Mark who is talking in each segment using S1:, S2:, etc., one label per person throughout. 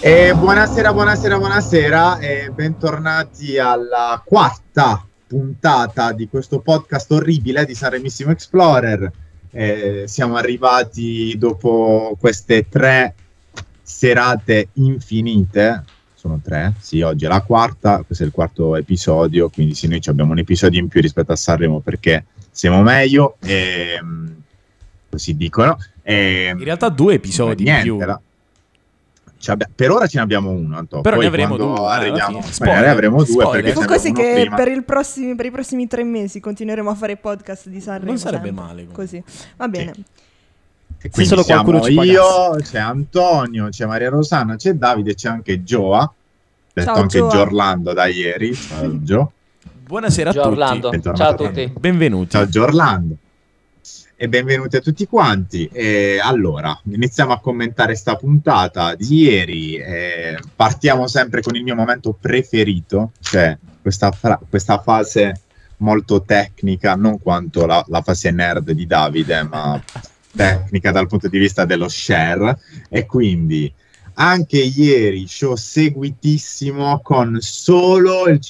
S1: E buonasera, buonasera, buonasera e bentornati alla quarta puntata di questo podcast orribile di Sanremissimo Explorer. Eh, siamo arrivati dopo queste tre serate infinite. Sono tre, sì, oggi è la quarta, questo è il quarto episodio, quindi sì, noi abbiamo un episodio in più rispetto a Sanremo perché siamo meglio, e, così dicono. E,
S2: In realtà due episodi in
S1: niente,
S2: più.
S1: la- ci abbia- per ora ce ne abbiamo uno, Anto.
S2: Però
S1: Poi
S2: ne avremo
S1: quando
S2: due, eh, alla
S1: Arriviamo,
S2: fine.
S1: magari
S2: Spoiler,
S1: avremo due
S2: spoiler.
S1: perché
S2: Fu
S3: Fu
S1: ce
S3: così
S1: n'è uno
S3: che
S1: prima.
S3: per, il prossimi- per i prossimi tre mesi continueremo a fare podcast di Sanremo.
S2: Non sarebbe
S3: sempre.
S2: male, comunque.
S3: Così, va bene.
S1: Quindi
S4: solo
S1: siamo
S4: qualcuno ci
S1: io, c'è Antonio, c'è Maria Rosanna, c'è Davide, c'è anche Gioa. Detto
S3: Ciao,
S1: anche
S3: Gioa.
S1: Giorlando da ieri. Ciao, Gio.
S2: Buonasera a
S4: Ciao Orlando,
S2: tutti.
S1: Bentornato
S4: ciao a
S1: Orlando.
S4: tutti.
S2: Benvenuti.
S1: Ciao Giorlando. E benvenuti a tutti quanti. E allora, iniziamo a commentare sta puntata di ieri. E partiamo sempre con il mio momento preferito, cioè questa, fra- questa fase molto tecnica, non quanto la, la fase nerd di Davide, ma tecnica dal punto di vista dello share. E quindi anche ieri show seguitissimo con solo il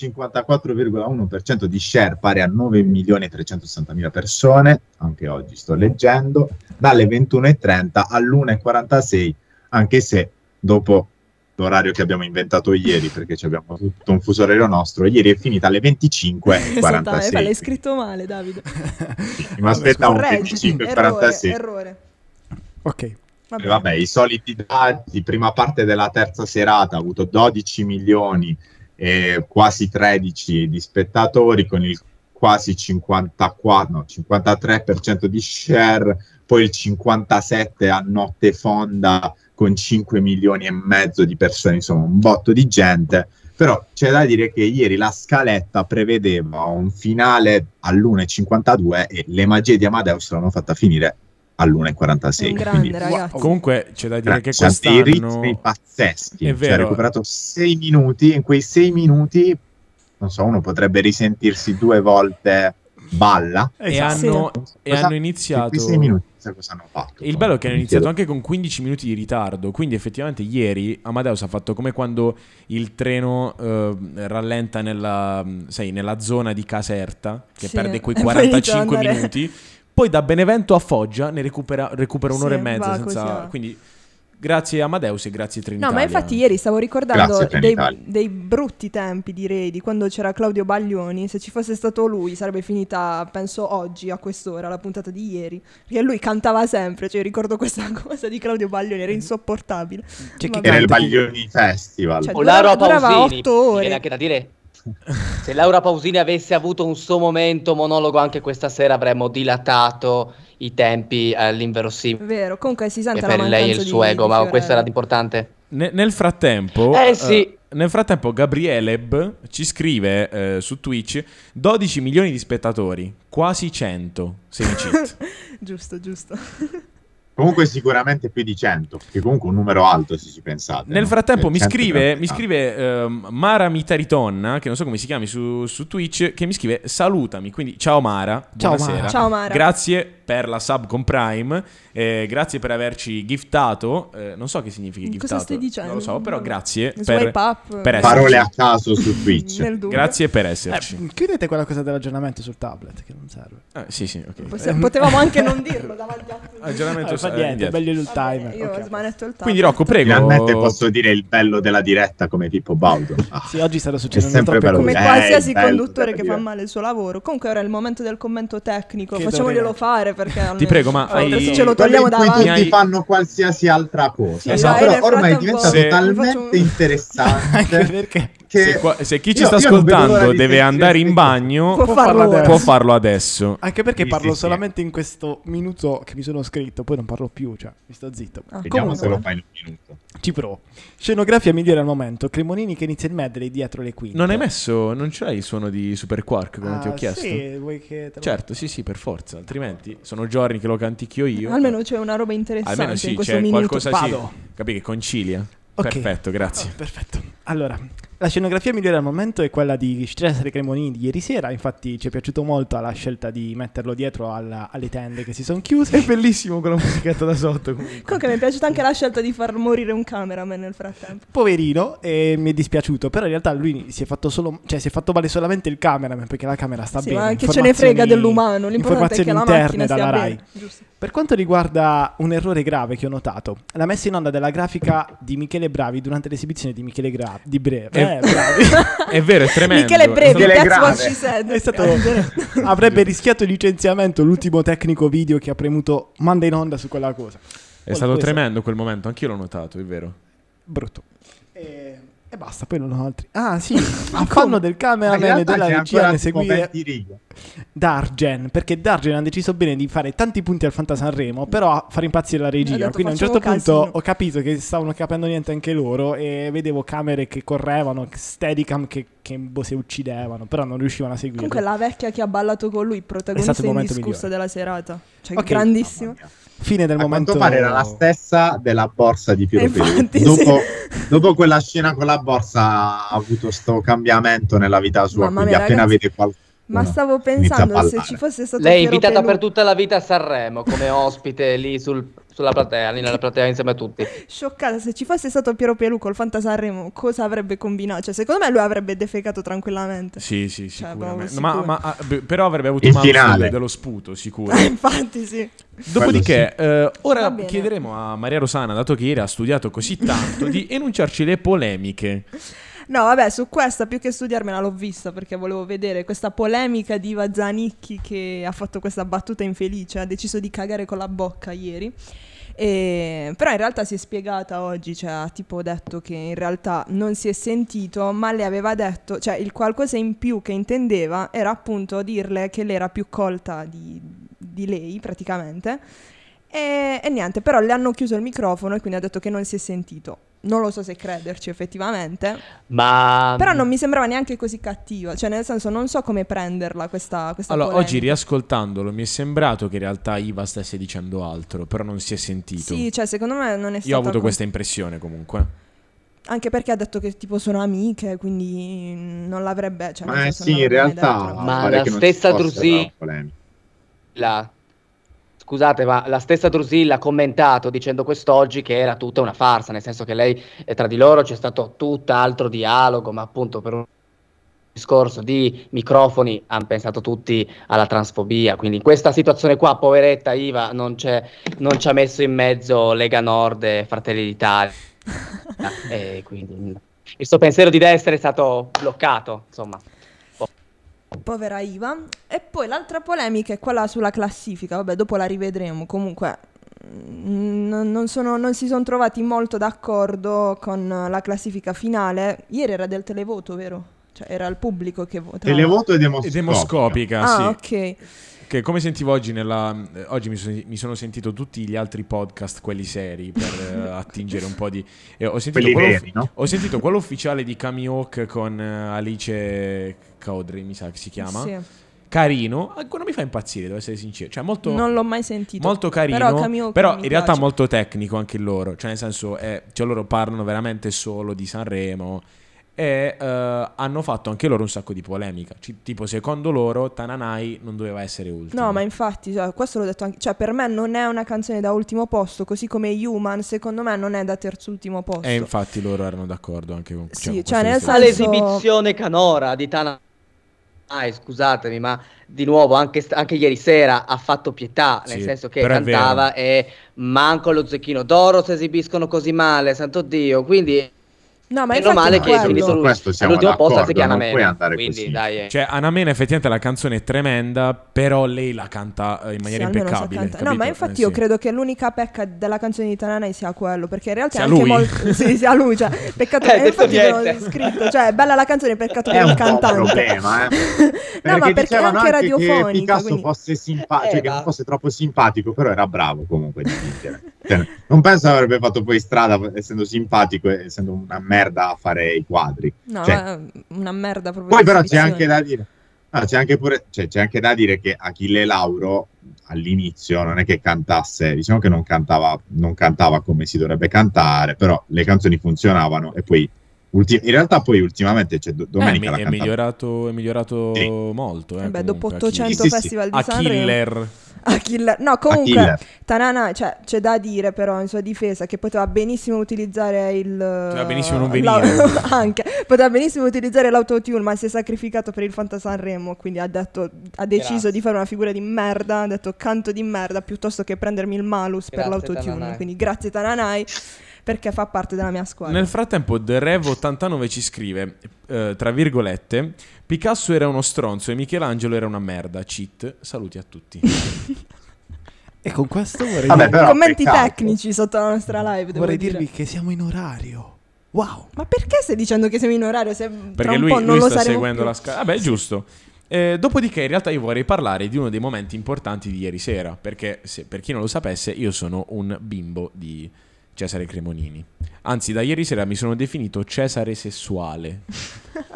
S1: 54,1% di share pari a 9.360.000 persone, anche oggi sto leggendo, dalle 21.30 all'1.46, anche se dopo l'orario che abbiamo inventato ieri, perché ci abbiamo tutto un fuso orario nostro, ieri è finita alle
S3: Esattamente, l'hai
S1: 25.46.
S3: scritto male, Davide.
S1: Eh, Mi aspettavo
S3: Correggi.
S1: 25
S3: Errore,
S1: 46.
S3: errore.
S4: Ok.
S3: Va
S1: Eh,
S3: bene.
S1: Vabbè, i soliti dati, prima parte della terza serata ha avuto 12 milioni e quasi 13 di spettatori con il quasi 54, no, 53% di share, poi il 57 a notte fonda con 5 milioni e mezzo di persone, insomma un botto di gente, però c'è da dire che ieri la scaletta prevedeva un finale all'1.52 e le magie di Amadeus l'hanno fatta finire all'1.46.
S3: Un grande,
S1: quindi-
S3: ragazzi.
S2: Comunque c'è da dire che
S1: cioè, dei ritmi
S2: quest'anno
S1: pazzeschi.
S2: È
S1: Cioè,
S2: vero.
S1: ha recuperato sei minuti. e In quei sei minuti, non so, uno potrebbe risentirsi due volte balla.
S2: e
S3: Esatto.
S2: hanno, e
S1: Cosa-
S2: hanno
S1: In
S2: iniziato
S1: quei sei minuti, sai cosa hanno fatto?
S2: Il bello è che hanno iniziato anche con 15 minuti di ritardo, quindi effettivamente ieri Amadeus ha fatto come quando il treno eh, rallenta nella, sai, nella zona di Caserta, che
S3: Sì,
S2: perde quei
S3: e poi
S2: 45
S3: ritornare.
S2: minuti, poi da Benevento a Foggia ne recupera, recupera un'ora
S3: Sì,
S2: e mezza.
S3: va, così
S2: senza-
S3: va.
S2: quindi grazie Amadeus e grazie
S3: No,
S2: Trinitalia.
S3: ma infatti ieri stavo ricordando
S1: Grazie, Pian
S3: dei,
S1: Italia.
S3: dei brutti tempi, direi, di quando c'era Claudio Baglioni. Se ci fosse stato lui sarebbe finita, penso, oggi a quest'ora, la puntata di ieri. Perché lui cantava sempre, cioè ricordo questa cosa di Claudio Baglioni,
S1: Mm.
S3: era insopportabile.
S4: C'è chi
S1: Cioè,
S3: Vabbè.
S1: Era il
S4: canta, chi-
S1: Baglioni Festival.
S3: Cioè,
S4: O Laura
S3: Durava- durava
S4: Pausini.
S3: otto ore.
S4: mi Viene anche da dire. Se Laura Pausini avesse avuto un suo momento monologo anche questa sera avremmo dilatato i tempi all'inverosimile
S3: Vero, comunque si sente
S4: per
S3: la
S4: lei e
S3: mancanza
S4: il
S3: di-
S4: suo ego,
S3: di
S4: ma
S3: Fiorello.
S4: questo era l'importante.
S2: Ne- nel frattempo,
S4: Eh, sì.
S2: nel frattempo Gabrieleb ci scrive eh, su Twitch 12 milioni di spettatori, quasi 100 se mi cheat.
S3: Giusto, giusto.
S2: Ah,
S1: Comunque, sicuramente più di 100. Che comunque è un numero alto, se ci pensate.
S2: Nel
S1: no?
S2: frattempo
S1: Cioè,
S2: mi
S1: 100
S2: scrive,
S1: grandi
S2: mi
S1: tanti.
S2: scrive ehm, Mara Mitariton, che non so come si chiami su, su Twitch, che mi scrive salutami, quindi ciao Mara,
S4: Ciao,
S2: buonasera.
S4: Mara.
S3: Ciao Mara.
S2: Grazie per la sub con Prime, eh, grazie per averci giftato, eh, non so che significa
S3: Cosa
S2: giftato,
S3: stai dicendo?
S2: non lo so, però grazie per,
S3: Swipe up.
S2: per esserci.
S1: Parole a caso su Twitch.
S3: Nel dubbio.
S2: grazie per
S4: Eh,
S2: esserci.
S4: chiudete quella cosa dell'aggiornamento sul tablet che non serve.
S2: Ah, sì, sì, ok.
S3: Poss- potevamo anche non dirlo davanti a tutti.
S2: Aggiornamento
S4: Ah, fa
S2: eh,
S4: niente,
S2: indietro.
S4: meglio il
S3: Va bene,
S4: timer.
S3: Io
S4: ok.
S3: ho smanetto il tablet.
S2: Quindi Rocco, prego.
S1: Finalmente posso dire il bello della diretta come Pippo Baudo. Ah,
S4: Sì, oggi stanno
S1: È
S4: succedendo
S1: sempre
S4: troppe
S1: bello.
S4: cose.
S3: Come
S1: Eh,
S3: qualsiasi
S1: bello,
S3: conduttore
S1: bello
S3: che
S1: dire.
S3: fa male il suo lavoro. Comunque ora è il momento del commento tecnico.
S4: Che
S3: Facciamoglielo
S4: dovremmo-
S3: fare perché... almeno-
S2: prego, ma
S3: Oltre
S2: hai-
S3: se ce
S1: Quello
S3: lo togliamo
S1: in cui
S3: davanti...
S1: tutti
S2: Mi hai-
S1: fanno qualsiasi altra cosa.
S2: Sì, esatto.
S3: dai,
S1: Però ormai è
S3: eh, nel
S1: diventato
S2: frattempo-
S1: talmente
S3: Se-
S1: interessante
S4: Anche perché
S1: che
S2: Se, qua- se chi ci
S1: Io-
S2: sta
S1: io non vedo l'ora
S2: ascoltando
S1: di
S2: deve
S1: sentire
S2: andare in
S1: queste cose.
S2: bagno,
S3: Può
S4: può
S3: farlo
S4: farlo
S3: ora.
S2: può farlo adesso.
S4: anche perché
S1: Sì,
S4: parlo
S1: sì, sì.
S4: solamente in questo minuto che mi sono scritto, poi non parlo più, cioè, mi sto zitto.
S3: Ah,
S1: Vediamo
S3: comunque.
S1: se lo fai in un minuto.
S4: Ci provo. Scenografia migliore al momento, Cremonini che inizia il medley dietro le quinte.
S2: Non hai messo, non ce l'hai il suono di Super Quark come
S4: Ah,
S2: ti ho chiesto?
S4: Sì, vuoi che te lo-
S2: Certo, sì, sì, per forza, altrimenti sono giorni che lo canticchio io.
S3: Almeno c'è una roba interessante
S2: Almeno sì,
S3: in questo
S2: c'è
S3: minuto.
S2: qualcosa sì.
S4: Vado.
S2: Capi che concilia.
S4: Ok.
S2: Perfetto, grazie.
S4: Oh, Ah, perfetto. Allora,
S5: La scenografia migliore al momento è quella di Cesare Cremonini di ieri sera, infatti ci è piaciuto molto la scelta di metterlo dietro alla- alle tende che si sono chiuse, è bellissimo con la musichetta da sotto comunque.
S3: Comunque mi è piaciuta anche la scelta di far morire un cameraman nel frattempo.
S5: Poverino, e mi è dispiaciuto, però in realtà lui si è fatto, solo, cioè, si è fatto male solamente il cameraman perché la camera sta
S3: sì,
S5: bene.
S3: ma che ce ne frega
S5: informazioni-
S3: dell'umano, l'importante è che la
S5: informazioni
S3: macchina
S5: interne
S3: stia
S5: dalla
S3: bene.
S5: Rai.
S3: Giusto.
S5: Per quanto riguarda un errore grave che ho notato, la messa in onda della grafica di Michele Bravi durante l'esibizione di Michele Gra- di Bre-
S2: Eh,
S5: eh, Bravi.
S2: È vero, è tremendo.
S3: Michele Brevi,
S1: Michele
S3: that's
S1: Grave.
S3: what she said.
S5: È stato- avrebbe rischiato il licenziamento l'ultimo tecnico video che ha premuto manda in onda su quella cosa.
S2: È stato
S5: Questo-
S2: tremendo quel momento, anch'io l'ho notato, è vero.
S5: Brutto. E, e basta, poi non ho altri. Ah sì, affanno del
S1: Ma in
S5: cameraman e
S1: realtà
S5: della
S1: c'è
S5: regia
S1: ancora
S5: ne
S1: tipo
S5: seguire
S1: 20 righe.
S5: Dargen, perché Dargen ha deciso bene di fare tanti punti al Fanta Sanremo, però a far impazzire la regia.
S3: Ha detto,
S5: Quindi a un
S3: "Facciamo
S5: certo punto
S3: casino".
S5: ho capito che stavano capendo niente anche loro e vedevo camere che correvano, steadicam che, che boh, se uccidevano, però non riuscivano a seguire.
S3: Comunque la vecchia che ha ballato con lui, protagonista
S5: È stato il momento
S3: indiscussa
S5: migliore.
S3: della serata. Cioè,
S5: Ok.
S3: grandissimo.
S1: Mamma mia.
S5: Fine del
S1: A
S5: momento...
S1: quanto pare era la stessa della borsa di Piero
S3: Eh, infatti,
S1: Pelù. Dopo,
S3: sì.
S1: dopo quella scena con la borsa ha avuto sto cambiamento nella vita sua,
S3: Mamma
S1: quindi
S3: mia,
S1: appena
S3: ragazzi,
S1: vede qualcuno...
S3: Ma stavo
S1: inizia a
S3: pensando se
S1: ballare.
S3: ci fosse stato
S4: Lei è
S3: Piero
S4: invitata
S3: Pelù-
S4: per tutta la vita a Sanremo come ospite lì sul- sulla platea, lì nella platea insieme a tutti.
S3: Scioccata, se ci fosse stato Piero Pelù col Fanta Sanremo, cosa avrebbe combinato? Cioè, secondo me lui avrebbe defecato tranquillamente.
S2: Sì, sì,
S3: Cioè,
S2: sicuramente.
S3: proprio
S2: Ma-
S3: sicuro.
S2: ma- ah, beh, però avrebbe avuto
S1: Il
S2: mano sul-
S1: finale.
S2: dello sputo, sicuro.
S3: Ah, Infatti, sì.
S2: Dopodiché, eh,
S3: Va
S2: ora
S3: bene.
S2: chiederemo a Maria Rosana, dato che ieri ha studiato così tanto, di enunciarci le polemiche.
S3: No, vabbè, su questa più che studiarmela l'ho vista perché volevo vedere questa polemica di Iva Zanicchi che ha fatto questa battuta infelice, ha deciso di cagare con la bocca ieri. E- Però in realtà si è spiegata oggi, cioè ha tipo detto che in realtà non si è sentito, ma le aveva detto, cioè il qualcosa in più che intendeva era appunto dirle che lei era più colta di, di lei praticamente. E, e niente, però le hanno chiuso il microfono e quindi ha detto che non si è sentito. Non lo so se crederci effettivamente.
S4: Ma
S3: Però non mi sembrava neanche così cattiva, cioè nel senso non so come prenderla questa, questa
S2: Allora,
S3: polemica.
S2: oggi riascoltandolo mi è sembrato che in realtà Iva stesse dicendo altro, però non si è sentito.
S3: Sì, cioè secondo me non è stata
S2: Io ho avuto
S3: co-
S2: questa impressione comunque.
S3: Anche perché ha detto che tipo sono amiche, quindi non l'avrebbe... Cioè, nel
S1: Ma eh
S3: senso,
S1: sì,
S3: non
S1: in
S3: l'avrebbe mai
S1: realtà
S3: detto.
S4: Ma
S1: pare
S4: la
S1: che non ci
S4: stessa
S1: fosse
S4: Drusi-
S1: la polemica.
S4: la- Scusate, ma la stessa Drusilla ha commentato dicendo quest'oggi che era tutta una farsa, nel senso che lei e tra di loro c'è stato tutt'altro dialogo, ma appunto per un discorso di microfoni hanno pensato tutti alla transfobia, quindi in questa situazione qua, poveretta Iva, non, c'è, non ci ha messo in mezzo Lega Nord e Fratelli d'Italia, e quindi il suo pensiero di destra è stato bloccato, insomma.
S3: Povera Iva. E poi l'altra polemica è quella sulla classifica, vabbè dopo la rivedremo, comunque mm, non, non sono- non si sono trovati molto d'accordo con la classifica finale. Ieri era del televoto, vero? Cioè era il pubblico che votava.
S1: Televoto ed
S2: Ed
S1: emoscopica.
S2: emoscopica, sì.
S3: Ah, ok.
S2: Che come sentivo oggi, nella, eh, oggi mi, sono, mi sono sentito tutti gli altri podcast, quelli seri, per eh, attingere un po' di... e ho, sentito
S1: Quelli
S2: quello,
S1: veri, no?
S2: ho sentito quello ufficiale di Kami Hawk con eh, Alice Caudry, mi sa che si chiama.
S3: Sì.
S2: Carino, eh, non mi fa impazzire, devo essere sincero. Cioè, molto,
S3: Non l'ho mai sentito.
S2: molto carino,
S3: Però,
S2: però,
S3: Camille, mi
S2: in realtà
S3: piace.
S2: molto tecnico anche loro. Cioè, nel senso, eh, cioè, loro parlano veramente solo di Sanremo e eh, hanno fatto anche loro un sacco di polemica. Ci- tipo, secondo loro, Tananai non doveva essere ultimo.
S3: No, ma infatti, cioè, questo l'ho detto anche. Cioè, per me non è una canzone da ultimo posto, così come Human, secondo me, non è da terzultimo posto.
S2: E infatti loro erano d'accordo anche con
S3: Sì,
S2: con
S3: cioè,
S2: questo
S3: nel
S2: discorso.
S3: senso-
S4: all'esibizione canora di Tana Ai, scusatemi, ma di nuovo anche, st- anche ieri sera ha fatto pietà, nel
S2: Sì,
S4: senso che
S2: però è vero.
S4: cantava e manco lo zecchino d'oro si esibiscono così male, santo Dio, quindi
S3: No, ma
S4: meno
S3: infatti
S4: male
S3: è
S4: che è
S3: quello.
S4: finito
S1: Su questo
S4: lui
S1: siamo
S4: all'ultimo posto anziché
S1: d'accordo, non puoi
S4: Anamena,
S1: andare
S4: quindi
S1: così.
S4: dai, eh.
S2: Cioè, Anamena, effettivamente la canzone è tremenda, però lei la canta eh, in
S3: Sì,
S2: maniera
S3: almeno sa
S2: impeccabile.
S3: cantare. No,
S2: capito?
S3: ma
S2: Eh,
S3: infatti
S2: sì.
S3: io credo che l'unica pecca della canzone di Tananai sia quello, perché in realtà
S2: Sia
S3: è anche
S2: lui?
S3: molto... sì, sia lui, cioè, peccato
S4: Eh, hai
S3: che
S4: detto
S3: infatti l'ho
S4: niente.
S3: scritto, cioè, è bella la canzone, peccato che
S1: È
S3: non
S1: un
S3: il
S1: po' un
S3: cantante.
S1: problema, eh.
S3: no, ma perché è
S1: dicevano che
S3: anche radiofonica,
S1: Picasso
S3: quindi...
S1: fosse simpatico,
S4: Eh,
S1: che
S4: ma-
S1: non fosse troppo simpatico, però era bravo comunque di vincere. Cioè, non penso avrebbe fatto poi strada essendo simpatico e essendo una merda a fare i quadri.
S3: No,
S1: Cioè,
S3: ma è una merda proprio.
S1: Poi
S3: di
S1: però c'è
S3: esibizione.
S1: anche da dire no, c'è, anche pure- cioè, c'è anche da dire che Achille Lauro all'inizio non è che cantasse, diciamo che non cantava, non cantava come si dovrebbe cantare, però le canzoni funzionavano e poi Ulti- in realtà poi ultimamente, cioè do- domenica
S2: Eh,
S1: la
S2: è,
S1: cantata-
S2: migliorato, è migliorato
S1: Sì.
S2: molto. Eh,
S3: Vabbè, dopo
S2: comunque, a chi-
S3: 800
S1: Sì, sì, sì.
S3: festival
S2: a
S3: di Sanremo
S2: Killer.
S3: a killer. No,
S1: a
S3: comunque
S1: Killer.
S3: Tanana, cioè, c'è da dire però in sua difesa che poteva benissimo utilizzare il... Poteva
S2: benissimo non venire.
S3: anche, poteva benissimo utilizzare l'autotune, ma si è sacrificato per il Fanta Sanremo, quindi ha, detto, ha deciso
S4: Grazie.
S3: di fare una figura di merda, ha detto canto di merda, piuttosto che prendermi il malus per
S4: Grazie,
S3: l'autotune.
S4: Tananai.
S3: Quindi grazie Tananai, perché fa parte della mia squadra.
S2: Nel frattempo, The Rev 89 ci scrive, eh, tra virgolette, Picasso era uno stronzo e Michelangelo era una merda. Cheat, saluti a tutti.
S5: E con questo vorrei,
S1: Vabbè,
S5: dir-
S1: Eh, però,
S3: Commenti
S1: peccato.
S3: tecnici sotto la nostra live, Eh, devo
S5: vorrei
S3: dire.
S5: dirvi che siamo in orario. Wow.
S3: Ma perché stai dicendo che siamo in orario? Se tra
S2: Perché
S3: un
S2: lui,
S3: po' non
S2: lui
S3: lo
S2: sta
S3: saremo
S2: seguendo
S3: più?
S2: la scala. Vabbè, giusto. Eh, dopodiché, in realtà, io vorrei parlare di uno dei momenti importanti di ieri sera. Perché, se- per chi non lo sapesse, io sono un bimbo di Cesare Cremonini. Anzi, da ieri sera mi sono definito Cesare sessuale.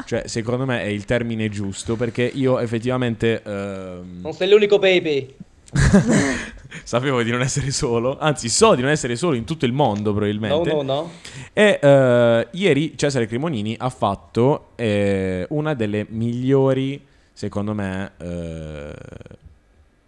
S2: cioè, secondo me è il termine giusto. Perché io effettivamente. ehm,
S4: Non sei l'unico baby.
S2: Sapevo di non essere solo, anzi so di non essere solo in tutto il mondo
S4: No,
S2: probabilmente.
S4: no, no.
S2: E eh, ieri Cesare Cremonini ha fatto eh, una delle migliori, secondo me, eh,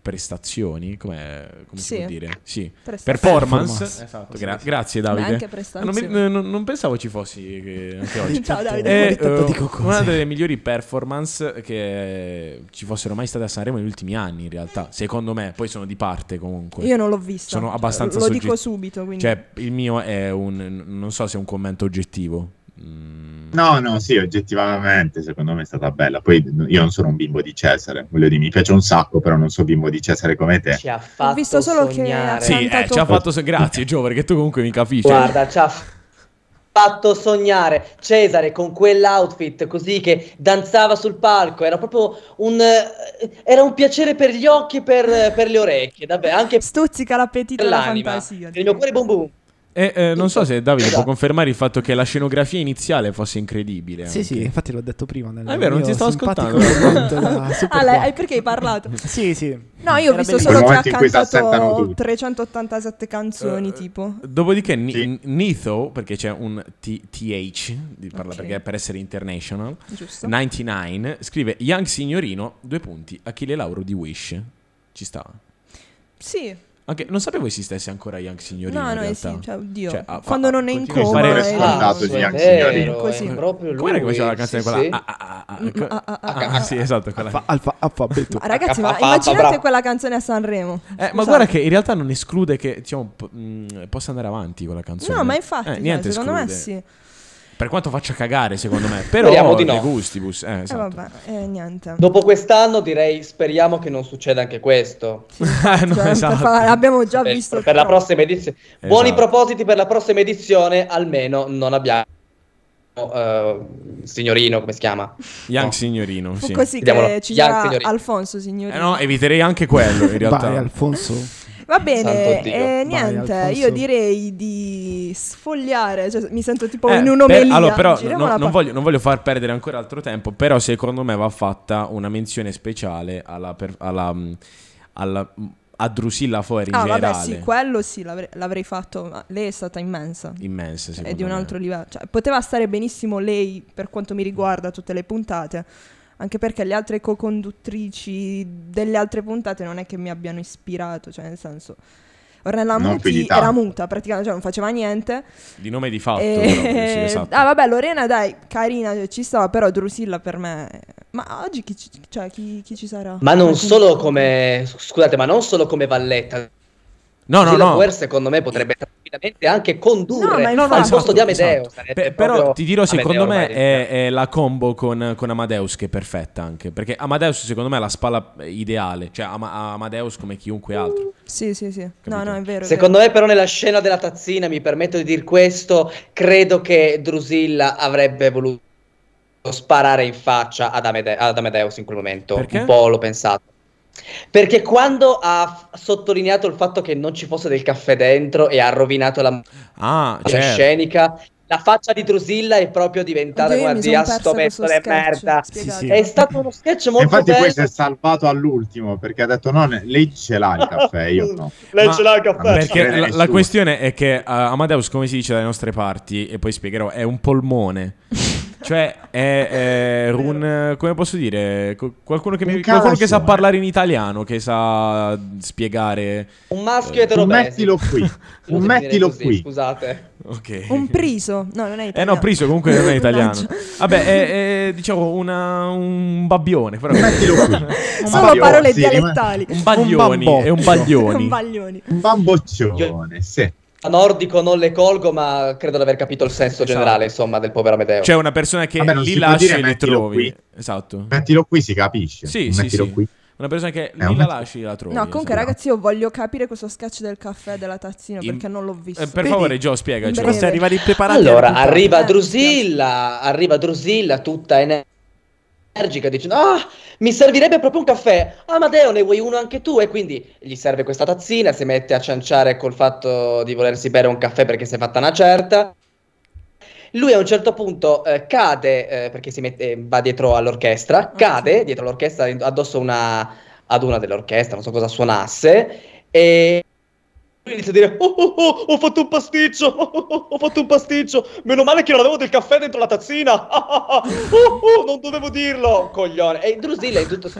S2: prestazioni, com'è- come si
S3: Sì.
S2: può dire? Sì.
S3: Prestazioni.
S2: Performance.
S5: Performance.
S2: Esatto, gra- grazie Davide.
S3: Beh, anche
S2: Ah, non, mi-
S3: prestazioni.
S2: non- non pensavo ci fossi eh, anche oggi.
S3: Ciao Davide.
S5: Eh,
S2: È
S5: Ogni tanto
S2: eh,
S5: dico cose.
S2: una delle migliori performance che ci fossero mai state a Sanremo negli ultimi anni, in realtà. Secondo me, poi sono di parte comunque.
S3: Io non l'ho vista.
S2: Sono abbastanza
S3: Lo
S2: sogget-
S3: dico subito, quindi.
S2: Cioè, il mio è un. Non so se è un commento oggettivo. Mm.
S1: No, no, sì, oggettivamente secondo me è stata bella. Poi io non sono un bimbo di Cesare, voglio dire, mi piace un sacco, però non so bimbo di Cesare come te.
S4: Ci ha fatto
S3: visto solo che
S4: sognare.
S3: ha
S2: Sì, eh,
S3: cantato-
S2: ci ha fatto. so- Grazie, Gio, perché tu comunque mi capisci.
S3: Diciamo-
S4: Guarda, ci ha f- fatto sognare Cesare con quell'outfit così che danzava sul palco. Era proprio un, eh, era un piacere per gli occhi e per, per le orecchie. Vabbè, anche
S3: Stuzzica l'appetito
S4: per
S3: e la
S4: l'anima.
S3: fantasia.
S4: Per il mio cuore boom boom.
S2: E eh, non so se Davide
S4: Esatto.
S2: può confermare il fatto che la scenografia iniziale fosse incredibile.
S5: Sì,
S2: anche.
S5: sì, infatti l'ho detto prima. Nel
S2: Ah, è vero, non
S5: mio
S2: ti stavo
S5: simpatico
S2: ascoltando.
S5: commento da Super
S3: Ah, lei-
S5: Qua.
S3: eh, perché hai parlato?
S5: Sì, sì.
S3: No, io ho
S5: Era
S3: visto
S5: bellissimo.
S3: solo che ha
S1: momento in cui si aspettano
S3: cantato
S1: tutti.
S3: 387 canzoni,
S5: Eh,
S3: tipo.
S2: Eh, Dopodiché Ni-
S1: Sì.
S2: Nitho, perché c'è un T- TH, di parla
S3: Ok.
S2: perché è per essere international,
S3: Giusto.
S2: 99, scrive Young Signorino, due punti, Achille Lauro di Wish. Ci sta.
S3: Sì.
S2: Anche, non sapevo esistesse ancora Young Signorino
S3: No,
S2: in
S3: no, eh
S2: realtà.
S3: sì, cioè, oddio.
S2: Cioè, ah, fa-
S3: Quando non è in
S2: continua a fare
S3: coma. è-
S1: scontato,
S4: Cazzo, è
S1: Gian
S4: vero,
S3: Così.
S4: è proprio lui.
S2: Com'era che faceva la canzone
S4: Sì,
S2: quella?
S4: sì.
S2: Ah, ah, ah, ah,
S3: Mm,
S2: co-
S3: ah, ah,
S2: ah,
S3: ah,
S2: ah, sì, esatto, quella.
S5: Alfa, alfa, alfabeto.
S3: Ma ragazzi, ma
S4: Accapaffata,
S3: immaginate
S4: bravo.
S3: quella canzone a Sanremo.
S2: Eh, ma
S3: Scusate.
S2: guarda che in realtà non esclude che diciamo, po- mh, possa andare avanti con la canzone.
S3: No, ma infatti,
S2: Eh,
S3: cioè,
S2: niente
S3: secondo me
S2: esclude.
S3: sì. Eh,
S2: Per quanto faccia cagare, secondo me. Però
S4: Speriamo di no.
S2: De gustibus. Eh, esatto.
S3: vabbè, eh, niente.
S4: Dopo quest'anno direi speriamo che non succeda anche questo.
S3: Sì,
S2: Eh, no,
S3: cioè, per
S2: esatto.
S3: favore, abbiamo già
S4: Per,
S3: visto
S4: per la
S3: troppo.
S4: prossima edizione. Buoni
S2: Esatto.
S4: propositi per la prossima edizione, almeno non abbiamo eh, signorino, come si chiama?
S2: Young
S4: No.
S2: Signorino.
S3: Fu
S2: Sì.
S3: così che
S4: Vediamolo.
S3: ci
S4: Gian
S3: sarà
S4: Signorino.
S3: Alfonso, signori.
S2: Eh, no, eviterei anche quello in realtà. Eh,
S5: Vai, Alfonso.
S3: Va
S4: Santo
S3: bene,
S4: Dio.
S3: eh,
S5: Vai,
S3: niente,
S5: Alfonso.
S3: io direi di sfogliare, cioè, mi sento tipo
S2: Eh,
S3: in
S2: per-
S3: un'omelia.
S2: allora, però
S3: Giriamo
S2: no-
S3: la
S2: non,
S3: pa-
S2: voglio, non voglio far perdere ancora altro tempo. Però, secondo me, va fatta una menzione speciale alla, per- alla, mh, alla- mh, a Drusilla Foer in
S3: Ah,
S2: generale.
S3: vabbè, sì, quello sì, l'avrei, l'avrei fatto, ma lei è stata immensa.
S2: Immensa,
S3: È
S2: secondo
S3: di un
S2: me.
S3: altro livello. Cioè, poteva stare benissimo lei, per quanto mi riguarda, tutte le puntate. Anche perché le altre co-conduttrici delle altre puntate non è che mi abbiano ispirato, cioè nel senso. Ornella
S1: Non più di
S3: Muti
S1: tanto.
S3: era muta, praticamente cioè, non faceva niente.
S2: Di nome di fatto.
S3: E-
S2: proprio, sì, esatto.
S3: Eh, Ah, vabbè, Lorena, dai, carina, cioè, ci stava, però Drusilla per me. Ma oggi chi ci, cioè, chi- chi ci sarà?
S4: Ma non
S3: Alcuni-
S4: solo come scusate, ma non solo come valletta.
S2: No, no,
S4: Drusilla
S2: no.
S4: Poer, secondo me potrebbe tranquillamente anche condurre
S3: No, ma
S2: No, no,
S4: al
S3: infatti-
S4: posto di Amedeo.
S2: esatto.
S4: Sarebbe
S2: Beh,
S4: proprio-
S2: però ti dirò, secondo
S4: Amedeo
S2: me
S4: ormai
S2: è, è la combo con, con Amadeus che è perfetta anche. Perché Amadeus, secondo me, è la spalla eh, ideale. Cioè, Ama- Amadeus come chiunque altro.
S3: Sì, sì, sì. No,
S2: Capito?
S3: no, è vero. è
S4: Secondo me, però, nella scena della tazzina, mi permetto di dire questo, credo che Drusilla avrebbe voluto sparare in faccia ad, Amede- ad Amadeus in quel momento.
S2: Perché?
S4: Un po' l'ho pensato. Perché quando ha f- sottolineato il fatto che non ci fosse del caffè dentro e ha rovinato la
S2: Ah,
S4: la
S2: certo.
S4: scenica, la faccia di Drusilla è proprio diventata
S3: Oddio, io
S4: guarda,
S3: mi son
S4: "Ah,
S3: persa
S4: sto
S3: questo
S4: pezzo di
S3: sketch.
S4: merda.
S3: Spiegate.
S5: Sì, sì.
S4: È stato uno sketch molto
S1: Infatti
S4: bello.
S1: poi si è salvato all'ultimo perché ha detto no, ne- lei ce l'ha il caffè, io no.
S4: Lei
S2: Ma-
S4: ce l'ha il caffè.
S2: Perché
S1: Eh,
S2: la, la
S1: su.
S2: questione è che eh, Amadeus, come si dice dalle nostre parti, e poi spiegherò, è un polmone. Cioè, è, è un. eh, come posso dire? Co- Qualcuno che, mi-
S1: Un
S2: qualcuno che sa
S1: calassone.
S2: parlare in italiano, che sa spiegare.
S4: Un maschio
S1: Tu
S4: eterobese.
S1: mettilo qui, tu
S4: Devo dire
S1: mettilo
S4: così,
S1: qui.
S4: Scusate.
S2: Ok.
S3: Un priso. No, non è
S2: Eh
S3: italiano.
S2: no, Priso comunque non è italiano.
S3: Mannaggia.
S2: Vabbè, è, è, diciamo una- un babbione. Però
S1: Mettilo qui.
S2: Un
S3: Solo
S1: baglione,
S3: parole
S1: sì,
S3: dialettali.
S2: un baglioni.
S5: Un
S2: è un
S3: Un
S2: baglioni.
S3: baglioni.
S1: Un bamboccione, sì.
S4: A nordico non le colgo, ma credo di aver capito il senso
S2: Esatto.
S4: generale, insomma, del povero Amedeo.
S2: Cioè, una persona che
S1: Vabbè, non si
S2: li
S1: può
S2: lasci
S1: dire
S2: e li
S1: mettilo
S2: trovi.
S1: qui.
S2: Esatto.
S1: Mettilo qui si capisce.
S2: Sì, sì,
S1: mettilo
S2: sì.
S1: qui.
S2: Una persona che
S1: un
S2: li la
S1: mezzo.
S2: lasci e la trovi.
S3: No, comunque,
S2: esatto.
S3: ragazzi, io voglio capire questo sketch del caffè e della tazzina
S2: In-
S3: perché non l'ho visto.
S2: Eh, per
S5: Vedi?
S2: favore, Gio, spiegaci.
S3: Breve.
S5: Forse arrivare impreparati.
S4: Allora,
S5: alle puntate.
S4: arriva
S3: Eh,
S4: Drusilla, arriva Drusilla tutta ener- energica, dicendo, ah, mi servirebbe proprio un caffè, Amadeo, ne vuoi uno anche tu? E quindi gli serve questa tazzina, si mette a cianciare col fatto di volersi bere un caffè perché si è fatta una certa. Lui a un certo punto eh, cade, eh, perché si mette, va dietro all'orchestra, cade dietro all'orchestra addosso a una, ad una dell'orchestra, non so cosa suonasse, e lui inizia a dire: Oh, oh, oh, ho fatto un pasticcio! oh, oh, oh, ho fatto un pasticcio! Meno male che non avevo del caffè dentro la tazzina! ah, ah, ah, oh, oh, non dovevo dirlo! Coglione! E Drusilla in tutto.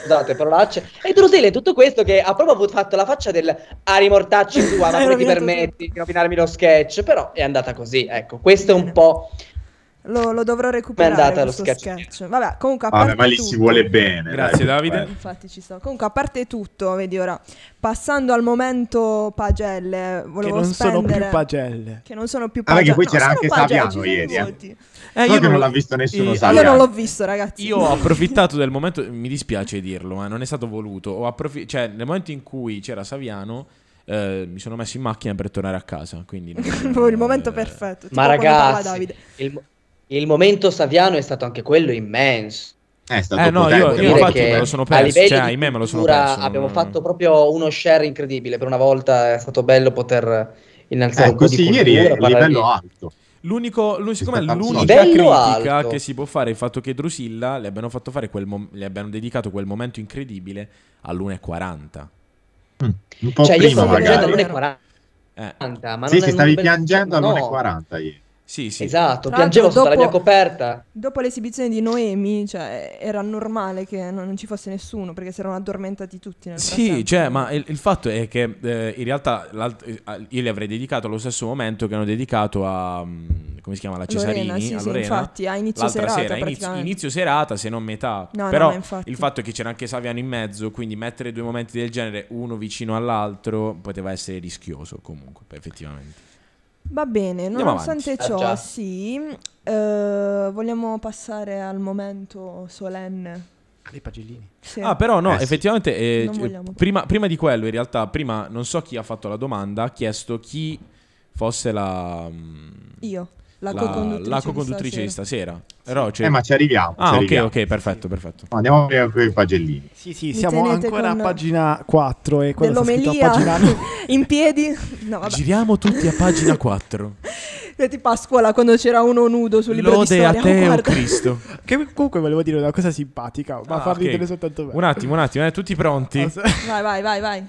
S4: Scusate, parolacce. E Drusilla in tutto questo che ha proprio avuto- fatto la faccia del ah, rimortacci tua, ma
S3: Hai
S4: come ti
S3: rovinato
S4: permetti di rovinarmi lo sketch? Però è andata così, ecco. Questo è un po'.
S3: Lo, lo dovrò
S4: Com'è
S3: recuperare
S4: andata lo
S3: questo sketch.
S4: sketch?
S3: Vabbè, comunque a
S1: Vabbè,
S3: parte
S1: ma lì si
S3: tutto-
S1: vuole bene.
S2: Grazie,
S1: dai.
S2: Davide.
S1: Vabbè.
S3: Infatti ci sto. Comunque a parte tutto, vedi ora, passando al momento pagelle,
S5: Che
S3: volevo
S5: non sono
S3: spendere-
S5: più pagelle.
S3: Che non sono più
S1: Ah, perché
S3: pagelle.
S1: poi
S3: No,
S1: c'era
S3: sono
S1: anche
S3: pagelle,
S1: Saviano
S3: ci sono
S1: ieri, eh.
S3: voti.
S2: Eh,
S1: So che non
S2: lo-
S1: l'ha visto nessuno,
S2: eh,
S1: sa.
S3: Io
S1: Saviano.
S3: non l'ho visto, ragazzi.
S2: Io ho approfittato del momento, mi dispiace dirlo, ma non è stato voluto. Ho approfi- cioè, nel momento in cui c'era Saviano, eh, mi sono messo in macchina per tornare a casa. Quindi non-
S3: Proprio il momento
S2: eh,
S3: perfetto. Tipo
S4: Ma
S3: quando parla
S4: ragazzi,
S3: Davide.
S4: il, mo- il momento Saviano è stato anche quello immenso.
S1: Eh, è stato
S2: Eh no, io,
S1: potente,
S4: Devo
S2: io
S4: dire
S2: infatti
S4: ecco, che
S2: me lo sono
S4: a
S2: perso.
S4: livello
S2: Cioè,
S4: di
S2: ahimè me lo sono
S4: cultura
S2: perso.
S4: Abbiamo
S2: non-
S4: fatto proprio uno share incredibile. Per una volta è stato bello poter innalzare
S1: Eh,
S4: un po' di
S1: così
S4: cultura.
S1: ieri è il
S4: parlare
S1: livello
S4: di-
S1: alto.
S2: L'unico, l'un- siccome è
S1: Sta tanto
S2: l'unica
S4: soldi. Livello
S2: critica
S4: alto.
S2: che si può fare è il fatto che Drusilla le abbiano fatto fare quel mom- le abbiano dedicato quel momento incredibile all'1.40.
S1: Mm, Un po'
S4: Cioè, io
S1: prima
S4: stavo piangendo
S1: magari.
S3: leggendo
S4: all'1,40,
S2: Eh,
S4: ma
S1: Sì,
S4: non
S1: sì,
S4: è-
S1: stavi
S4: non-
S1: piangendo
S4: no,
S1: all'1.40 ieri.
S2: sì, sì.
S4: Esatto,
S3: Tra
S4: piangevo
S3: l'altro
S4: sotto la mia
S3: dopo-
S4: coperta.
S3: Dopo l'esibizione di Noemi, cioè, era normale che non, non ci fosse nessuno perché si erano addormentati tutti nel
S2: Sì,
S3: frattempo.
S2: cioè, ma il, il fatto è che eh, in realtà l'alt- eh, io le avrei dedicato allo stesso momento che hanno dedicato a mm, come si chiama la Cesarini,
S3: Lorena, sì,
S2: a
S3: sì,
S2: Lorena,
S3: infatti, a inizio
S2: l'altra
S3: serata
S2: sera, inizio,
S3: praticamente.
S2: inizio serata, se non metà.
S3: No, no,
S2: Però
S3: ma infatti.
S2: il fatto è che c'era anche Saviano in mezzo, quindi mettere due momenti del genere uno vicino all'altro poteva essere rischioso comunque, effettivamente.
S3: Va bene,
S2: Andiamo
S3: nonostante
S4: avanti. Ah,
S3: ciò,
S4: già.
S3: sì, eh, vogliamo passare al momento solenne.
S5: Dei pagellini.
S3: Sì.
S2: Ah, però no,
S1: Eh sì.
S2: effettivamente eh,
S3: Non
S2: c-
S3: vogliamo.
S2: prima, prima di quello, in realtà, prima non so chi ha fatto la domanda, ha chiesto chi fosse la mm,
S3: Io, la,
S2: la-
S3: co-conduttrice,
S2: la
S3: di
S2: co-conduttrice di
S3: stasera.
S2: stasera. Roce.
S1: Eh, ma ci arriviamo. ci
S2: Ah, ok,
S1: arriviamo.
S2: ok, perfetto, perfetto.
S1: No, Andiamo prima con i pagellini.
S5: Sì, sì,
S3: Mi
S5: siamo
S3: tenete
S5: ancora
S3: con-
S5: a pagina 4 e quello sta scritto a
S3: Dell'omelia.
S5: pagina 9.
S3: In piedi? No, vabbè.
S2: Giriamo tutti a pagina 4.
S3: È tipo a scuola quando c'era uno nudo sul libro di
S2: Lode a
S3: storia.
S2: te, oh
S3: guarda.
S2: Cristo.
S5: Che comunque volevo dire una cosa simpatica, ma
S2: Ah,
S5: far
S2: ok.
S5: ridere soltanto me. Ah,
S2: Un attimo, un attimo, eh, tutti pronti?
S5: Ho-
S3: Vai, vai, vai, vai.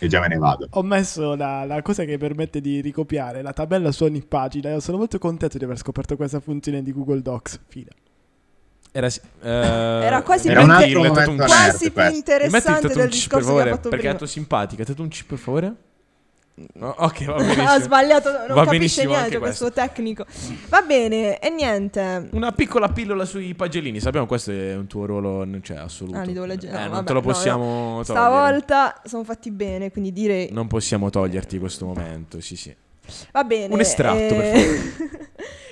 S1: E già me ne vado. Ah,
S5: Ho messo la, la cosa che permette di ricopiare la tabella su ogni pagina e sono molto contento di aver scoperto questa funzione di Google Docs. Fine.
S2: Era, si- eh,
S3: Era quasi
S1: Era un
S3: più
S1: altro
S3: inter-
S2: Metti il-
S1: momento
S2: metti il-
S1: nerd
S3: quasi più
S1: questo.
S2: Metti il
S3: interessante del
S2: tatunci, per
S3: discorso che ha
S2: favore,
S3: fatto
S2: perché è
S3: prima.
S2: tanto simpatica. Tatunci, per favore. Oh, ok, va
S3: ha
S2: benissimo.
S3: sbagliato, non
S2: Va
S3: capisce
S2: benissimo
S3: niente
S2: anche
S3: questo tecnico. Va bene, e niente.
S2: Una piccola pillola sui pagellini. Sappiamo questo è un tuo ruolo n- cioè, assoluto.
S3: Ah, li devo leggere.
S2: Eh,
S3: No,
S2: non
S3: vabbè,
S2: te lo
S3: no, no.
S2: possiamo togliere.
S3: Stavolta sono fatti bene, quindi direi
S2: Non possiamo toglierti questo momento, sì, sì.
S3: Va bene. eh,
S2: Un estratto, per
S3: favore.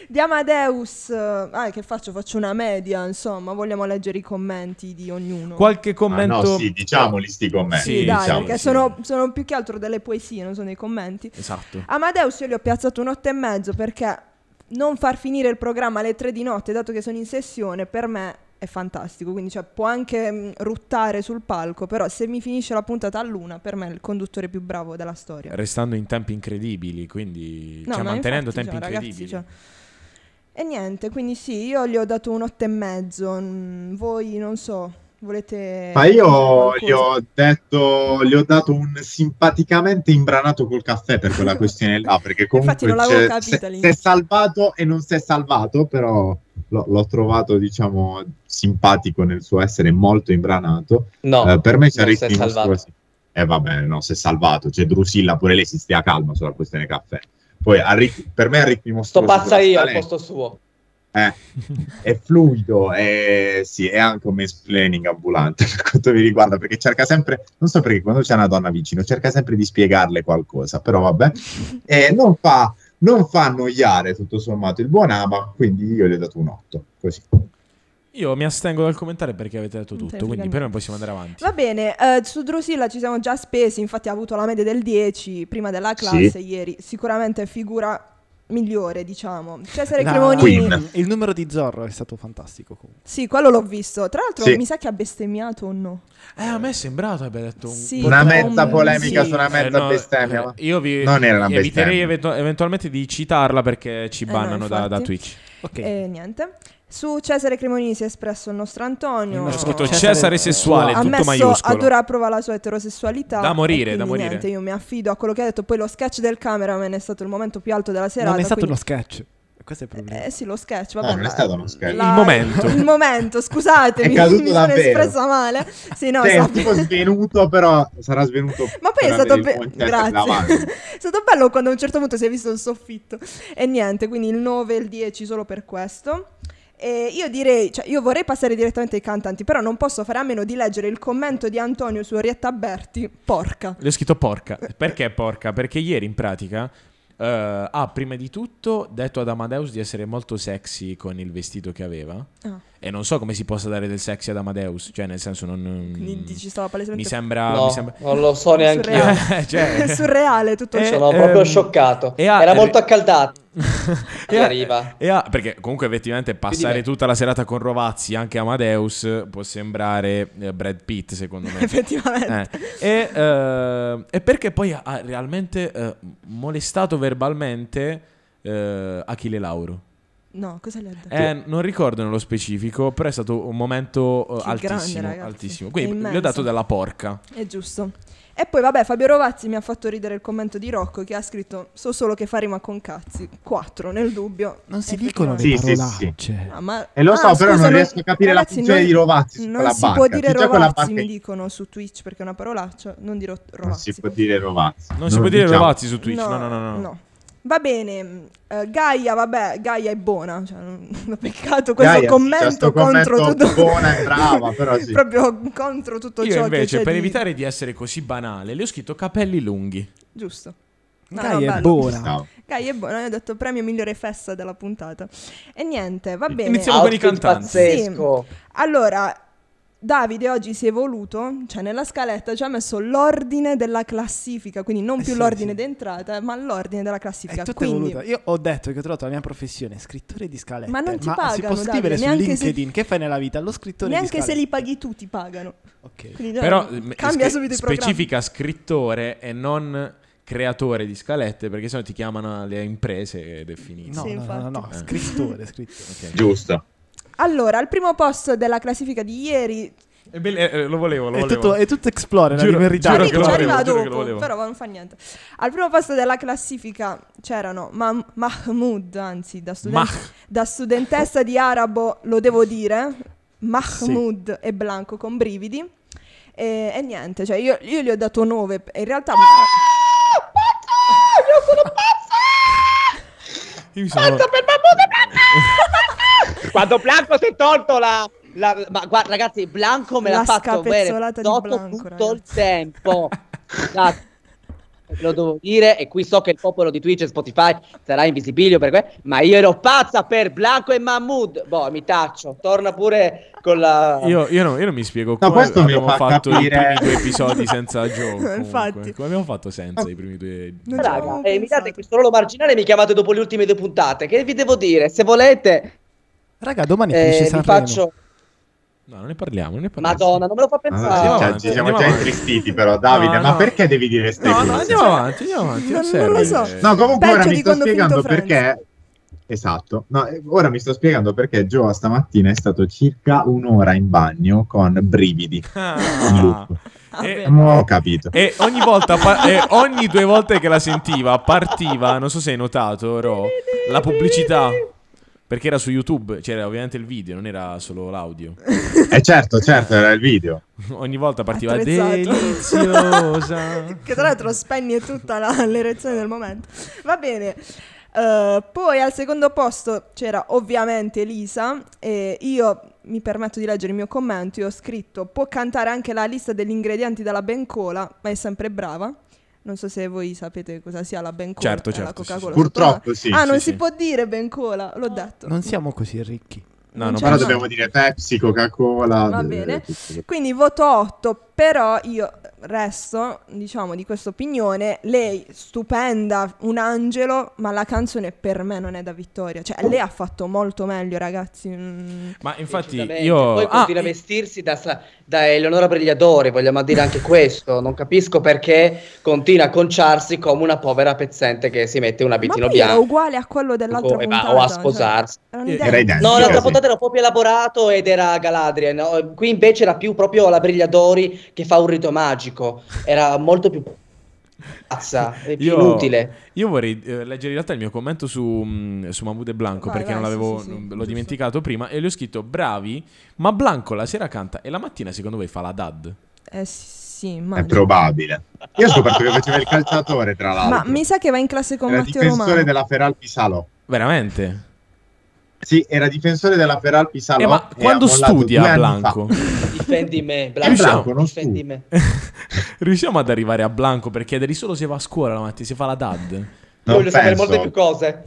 S3: Di Amadeus, ah, che faccio? Faccio una media, insomma, vogliamo leggere i commenti di ognuno.
S2: Qualche
S1: Ah,
S2: commento
S1: no, sì, diciamoli sti
S3: sì,
S1: commenti.
S2: sì,
S3: dai,
S2: diciamo,
S3: perché
S2: sì.
S3: Sono, sono più che altro delle poesie, non sono dei commenti.
S2: Esatto.
S3: Amadeus io gli ho piazzato un 8 e mezzo perché non far finire il programma alle 3 di notte, dato che sono in sessione, per me è fantastico, quindi cioè, può anche mh, ruttare sul palco, però se mi finisce la puntata all'una, per me è il conduttore più bravo della storia.
S2: Restando in tempi incredibili, quindi
S3: No,
S2: cioè,
S3: ma
S2: mantenendo
S3: infatti,
S2: tempi
S3: cioè, ragazzi,
S2: incredibili.
S3: cioè. E niente, quindi sì, io gli ho dato un otto e mezzo. mm, Voi non so, volete.
S1: Ma io
S3: dire
S1: gli ho detto, gli ho dato un simpaticamente imbranato col caffè per quella questione là, perché comunque
S3: Infatti non l'avevo
S1: c'è-
S3: capita
S1: se- si
S3: all'inizio.
S1: è salvato e non si è salvato, però l'ho, l'ho trovato, diciamo, simpatico nel suo essere molto imbranato.
S4: No,
S1: Eh, per me c'è
S4: non si è
S1: Ricky
S4: salvato.
S1: Moscosi. E vabbè, no, si è salvato. C'è Drusilla, pure lei si stia calma sulla questione caffè. Poi a Rick- per me a Ricky
S4: Sto
S1: Moscoso
S4: pazza io al
S1: talento eh,
S4: posto suo.
S1: è fluido e sì, è anche un mansplaining ambulante per quanto mi riguarda, perché cerca sempre, non so perché quando c'è una donna vicino, cerca sempre di spiegarle qualcosa, però vabbè, e non fa, non fa annoiare tutto sommato il buon ama, quindi io gli ho dato un 8, così.
S2: Io mi astengo dal commentare perché avete detto
S3: Non te ne
S2: tutto, quindi
S3: frega
S2: per me possiamo andare avanti.
S3: Va bene, eh, su Drusilla ci siamo già spesi, infatti ha avuto la media del 10 prima della classe ieri, sicuramente figura migliore, diciamo. Cesare
S5: La-
S3: Cremonini.
S1: Queen.
S5: Il numero di Zorro è stato fantastico comunque.
S3: Sì, quello l'ho visto. Tra l'altro
S1: Sì.
S3: mi sa che ha bestemmiato o no.
S2: Eh, a me è sembrato abbia detto un
S3: Sì.
S1: Una mezza
S3: mezza
S1: polemica
S3: sì.
S1: su una mezza
S2: Eh, no,
S1: bestemmia,
S2: eh,
S1: ma-
S2: Io vi
S1: Non era una
S2: eviterei
S1: bestemmia.
S2: eventu- eventualmente di citarla perché ci
S3: Eh, no,
S2: bannano da,
S3: infatti.
S2: da Twitch.
S5: Ok.
S3: E Eh, niente. Su Cesare Cremonini si è espresso il nostro Antonio.
S5: Il
S2: Ho
S5: nostro
S2: scritto
S5: Cesare-
S2: Cesare sessuale,
S5: Wow.
S3: cioè, ha
S2: tutto
S3: messo
S2: maiuscolo.
S3: ad ora a prova la sua eterosessualità.
S2: Da morire,
S3: e quindi
S2: da morire.
S3: Niente, io mi affido a quello che ha detto. Poi lo sketch del cameraman è stato il momento più alto della serata.
S5: non è stato
S3: quindi-
S5: uno sketch. Questo è il problema.
S3: Eh sì, lo sketch,
S1: No,
S3: vabbè.
S1: Ah, non è
S3: ma-
S1: stato uno sketch.
S2: Il momento.
S3: Il momento, scusatemi,
S1: È caduto
S3: mi sono
S1: davvero.
S3: espressa male. Sì, no, esatto.
S1: Cioè, è
S3: sa-
S1: un tipo svenuto, però sarà svenuto.
S3: Ma poi è
S1: per
S3: stato,
S1: avere il eh,
S3: be-
S1: buon Cesare
S3: Grazie.
S1: davanti.
S3: è stato bello quando a un certo punto si è visto il soffitto. E niente, quindi il 9 e il 10 solo per questo. E io direi, cioè io vorrei passare direttamente ai cantanti, però non posso fare a meno di leggere il commento di Antonio su Orietta Berti, porca.
S2: Le ho scritto porca. Perché porca? Perché ieri in pratica eh, ha prima di tutto detto ad Amadeus di essere molto sexy con il vestito che aveva.
S3: Ah.
S2: E non so come si possa dare del sexy ad Amadeus. Cioè, nel senso, non.
S3: Quindi ci stava
S2: mi
S3: palesemente
S2: sembra.
S4: no,
S2: Ah, mi sembra-
S4: non lo so neanche io.
S3: Surreale.
S2: Eh, cioè-
S3: Surreale tutto
S2: Eh,
S3: ciò.
S4: Sono proprio
S2: ehm,
S4: scioccato.
S2: e eh, ha-
S4: Era molto accaldato.
S2: e
S4: E
S2: ha-
S4: arriva.
S2: e ha- perché comunque effettivamente passare
S4: me.
S2: tutta la serata con Rovazzi, anche Amadeus, può sembrare eh, Brad Pitt, secondo me.
S3: Effettivamente.
S2: Eh, e, eh, e perché poi ha- ha realmente eh, molestato verbalmente eh, Achille Lauro.
S3: No, cosa le ha detto?
S2: Eh, non ricordo nello specifico, però è stato un momento eh,
S3: Che grande,
S2: altissimo,
S3: ragazzi.
S2: altissimo.
S3: È
S2: Quindi gli ho
S3: immenso.
S2: dato della porca.
S3: È giusto. E poi vabbè, Fabio Rovazzi mi ha fatto ridere il commento di Rocco che ha scritto so solo che fa rima con cazzi. Quattro nel dubbio.
S5: Non si dicono le
S1: Sì, sì,
S5: parolacce.
S3: Ah, ma-
S1: E lo so,
S3: ah,
S1: però
S3: scusa,
S1: non riesco a capire
S3: ragazzi,
S1: la funzione
S3: non-
S1: di Rovazzi su
S3: Non
S1: quella
S3: si
S1: barca.
S3: può dire
S1: Chi gioca la barca
S3: Rovazzi, mi
S1: in-
S3: dicono su Twitch perché è una parolaccia, non dirò Rovazzi.
S1: Non si può dire Rovazzi.
S2: Non, si può dire
S1: diciamo.
S2: Rovazzi su Twitch. No, no, no. no.
S3: Va bene, mh, eh, Gaia, vabbè, Gaia è buona, cioè, non- peccato questo
S1: Gaia, sì, cioè,
S3: commento
S1: sto
S3: contro
S1: commento
S3: tutto.
S1: buona e brava, però sì.
S3: Proprio contro tutto ciò
S2: Io
S3: che
S2: invece,
S3: c'è
S2: per
S3: di-
S2: evitare di essere così banale, le ho scritto capelli lunghi.
S3: Giusto. No,
S5: Dai,
S3: no,
S5: è
S3: bello.
S5: buona.
S1: Stavo.
S3: Gaia è buona, io ho detto premio migliore festa della puntata. E niente, va bene.
S2: Iniziamo con i
S4: Outfit
S2: cantanti.
S4: Pazzesco.
S3: Allora, Davide oggi si è evoluto, cioè nella scaletta ci ha messo l'ordine della classifica, quindi non
S5: Eh
S3: più
S5: sì,
S3: l'ordine
S5: sì.
S3: d'entrata, ma l'ordine della classifica.
S5: È tutto
S3: quindi
S5: voluto. Io ho detto che ho trovato la mia professione, scrittore di scalette.
S3: Ma non ti
S5: si
S3: pagano,
S5: può
S3: Davide,
S5: scrivere su
S3: neanche se-
S5: LinkedIn. Che fai nella vita? Lo scrittore
S3: neanche
S5: di
S3: se
S5: scalette.
S3: li paghi tu ti pagano.
S5: Ok.
S3: Quindi,
S2: Però
S3: eh,
S2: m-
S3: cambia
S2: spe-
S3: subito i programmi.
S2: specifica scrittore e non creatore di scalette, perché sennò ti chiamano le imprese ed è finito.
S5: No,
S3: Sì,
S5: no, no, no, no,
S2: infatti.
S5: scrittore, scrittore.
S2: Ok.
S1: Giusto.
S3: Allora, al primo posto della classifica di ieri,
S2: È belle- eh, lo volevo, lo
S5: È
S2: volevo.
S5: tutto, è tutto Explorer,
S2: Giuro-
S5: arriva in ritardo.
S2: giuro
S3: Ci
S2: che lo
S3: arriva- ci
S2: volevo,
S3: arriva
S2: giuro che lo
S3: dopo,
S2: volevo.
S3: però non fa niente. Al primo posto della classifica c'erano Ma- Mahmoud, anzi, da, studen-
S2: Mah.
S3: da studentessa di arabo, lo devo dire, Mahmoud e Blanco con brividi. E, e niente, cioè io, io gli ho dato 9, in realtà...
S2: Io mi sono-
S4: Quando Blanco si è tolto la... la- ma guarda, ragazzi, Blanco me
S3: La
S4: l'ha fatto bene
S3: scapezzolata di
S4: dopo
S3: Blanco,
S4: tutto il
S3: ragazzi.
S4: tempo. Esatto. Lo devo dire, e qui so che il popolo di Twitch e Spotify sarà invisibilio per que- ma io ero pazza per Blanco e Mahmood. Boh, mi taccio, torna pure con la.
S2: Io, io non, io non mi spiego come
S1: questo mi
S2: abbiamo
S1: fa
S2: fatto i
S1: capire-
S2: primi due episodi senza Joe. comunque.
S3: Infatti.
S2: Come abbiamo fatto senza i primi due
S3: Non ci avevo
S4: Raga, eh, mi
S3: pensato.
S4: date questo ruolo marginale e mi chiamate dopo le ultime due puntate. Che vi devo dire? Se volete,
S5: Raga, domani
S4: eh,
S5: finisce
S4: vi
S5: Sanremo.
S4: faccio.
S2: No, non ne parliamo, non ne parliamo.
S4: Madonna, non me lo fa
S1: Ah,
S4: pensare.
S2: Andiamo
S1: cioè,
S2: avanti,
S1: ci siamo
S2: andiamo
S1: già
S2: avanti.
S1: intristiti, però, Davide.
S2: No,
S1: ma
S2: no.
S1: perché devi dire ste
S2: No,
S1: cose?
S2: no, andiamo avanti, andiamo avanti.
S3: Non-
S2: serve.
S3: non lo so.
S1: No, comunque
S3: Peggio
S1: ora
S3: di
S1: mi sto
S3: quando ho
S1: spiegando
S3: finito Friends.
S1: perché. Esatto, No, eh, ora mi sto spiegando perché Joe stamattina è stato circa un'ora in bagno con brividi. di
S2: Ah.
S1: loop.
S3: Vabbè.
S2: Eh,
S1: Mo' ho capito.
S2: E ogni volta, pa- e ogni due volte che la sentiva, partiva, non so se hai notato, Ro, la pubblicità. Perché era su YouTube, c'era ovviamente il video, non era solo l'audio. Eh.
S1: E certo, certo, era il video.
S2: Ogni volta partiva
S3: Attrezzato.
S2: deliziosa.
S3: che tra l'altro spegne tutta la- l'erezione del momento. Va bene. Eh, poi al secondo posto c'era ovviamente Elisa e io mi permetto di leggere il mio commento, io ho scritto può cantare anche la lista degli ingredienti dalla bencola, ma è sempre brava. Non so se voi sapete cosa sia la bencola.
S2: Certo,
S3: è la
S2: certo, sì,
S3: Coca-Cola.
S2: sì.
S1: Purtroppo sì.
S3: Ah, non
S2: sì,
S3: si
S2: sì.
S3: può dire bencola, l'ho detto.
S5: Non siamo così ricchi.
S2: No,
S3: Non
S2: non
S3: c'è
S1: Però
S2: posso-
S3: niente.
S1: dobbiamo dire Pepsi, Coca-Cola.
S3: Certo. Va
S1: eh,
S3: bene.
S1: tutto questo.
S3: Quindi voto 8, però io resto, diciamo, di questa opinione. Lei, stupenda, un angelo, ma la canzone per me non è da vittoria. Cioè, lei ha fatto molto meglio, ragazzi. Mm.
S2: Ma infatti
S4: Decisamente.
S2: io...
S4: Poi
S2: Ah,
S4: continua a vestirsi da, sa- da Eleonora Brigliadori, vogliamo dire anche questo. Non capisco perché continua a conciarsi come una povera pezzente che si mette un
S3: Ma
S4: abitino
S3: poi era
S4: bianco
S3: uguale a quello dell'altra
S4: e
S3: puntata.
S4: va o a
S3: cioè,
S4: sposarsi.
S3: era un'idea.
S1: Era identico.
S4: No, l'altra
S1: sì.
S4: puntata era proprio elaborato ed era Galadriel. no? Qui invece era più proprio la Brigliadori che fa un rito magico. Era molto più pazza, e più
S2: Io-
S4: inutile.
S2: Io vorrei eh, leggere in realtà il mio commento su, mh, su Mahmood e Blanco
S3: Vai,
S2: perché non
S3: vai,
S2: l'avevo,
S3: sì, sì, sì,
S2: non- l'ho
S3: giusto.
S2: dimenticato prima e gli ho scritto bravi, ma Blanco la sera canta e la mattina secondo voi fa la dad?
S3: Eh, sì, sì, ma...
S1: È probabile. Io ho scoperto che faceva il calciatore, tra l'altro.
S3: ma mi sa che va in classe con
S1: Era
S3: Matteo
S1: difensore
S3: Romano.
S1: della Feralpi Salò.
S2: Veramente?
S1: Sì, era difensore della Feralpi Salò.
S2: Eh, ma
S1: e
S2: quando
S1: ha mollato due
S2: studià
S1: anni
S2: Blanco?
S1: fa.
S4: Difendi me,
S1: È
S4: Blanco.
S2: Riusciamo.
S1: Blanco, non stu-
S4: Difendi me.
S2: Riusciamo ad arrivare a Blanco per chiedergli solo se va a scuola la mattina, se fa la dad?
S1: Non
S4: Voglio sapere molte
S1: penso.
S4: più cose.